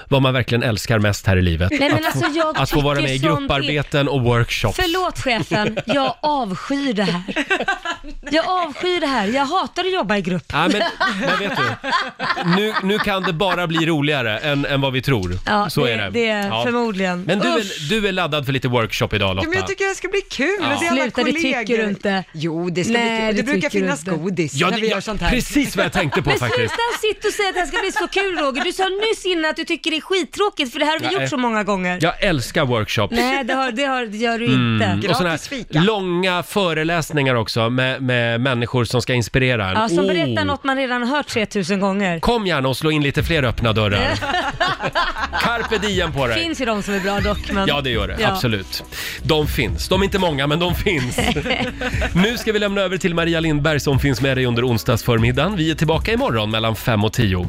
Speaker 1: vad man verkligen älskar mest här i livet.
Speaker 2: Nej, men
Speaker 1: att, få,
Speaker 2: alltså, jag
Speaker 1: att få vara
Speaker 2: tycker
Speaker 1: med i
Speaker 2: sånt är-
Speaker 1: grupparbeten och workshops.
Speaker 2: Förlåt chefen, jag avskyr det här. Jag avskyr det här. Jag hatar att jobba i grupp.
Speaker 1: Ja, men, men vet du, nu, nu kan det bara bli roligare än, än vad vi tror.
Speaker 2: Ja,
Speaker 1: Så
Speaker 2: det-
Speaker 1: är det.
Speaker 2: det är förmodligen.
Speaker 1: Men du
Speaker 2: Usch.
Speaker 1: är, du är laddad för lite workshop idag Lotta.
Speaker 5: Men jag tycker det ska bli kul.
Speaker 1: Ja.
Speaker 5: Och det är alla
Speaker 2: Sluta, det tycker
Speaker 5: kollegor.
Speaker 2: du inte.
Speaker 5: Jo, det ska bli
Speaker 2: Nej,
Speaker 5: kul. Och Det,
Speaker 2: det
Speaker 5: brukar
Speaker 2: tycker du
Speaker 5: finnas
Speaker 2: inte.
Speaker 5: godis
Speaker 1: Ja,
Speaker 5: när vi
Speaker 1: ja,
Speaker 5: gör sånt här.
Speaker 1: precis vad jag tänkte på
Speaker 2: Men
Speaker 1: faktiskt.
Speaker 2: sluta och sitta och säga att det här ska bli så kul Roger. Du sa nyss innan att du tycker det är skittråkigt för det här har vi
Speaker 1: Nej.
Speaker 2: gjort så många gånger.
Speaker 1: Jag älskar workshops.
Speaker 2: Nej, det, har, det, har, det gör du
Speaker 1: Mm.
Speaker 2: inte.
Speaker 1: Och såna här långa föreläsningar också med, med, med människor som ska inspirera en.
Speaker 2: Ja, som
Speaker 1: Oh.
Speaker 2: berättar något man redan har hört 3000 gånger.
Speaker 1: Kom gärna och slå in lite fler öppna dörrar. Carpe diem på
Speaker 2: Det
Speaker 1: dig.
Speaker 2: finns ju de som är bra dock. Men...
Speaker 1: Ja, det gör det. Absolut. De finns. De är inte många, men de finns. nu ska vi lämna över till Maria Lindberg som finns med dig under onsdagsförmiddagen. Vi är tillbaka imorgon mellan 5 och 10.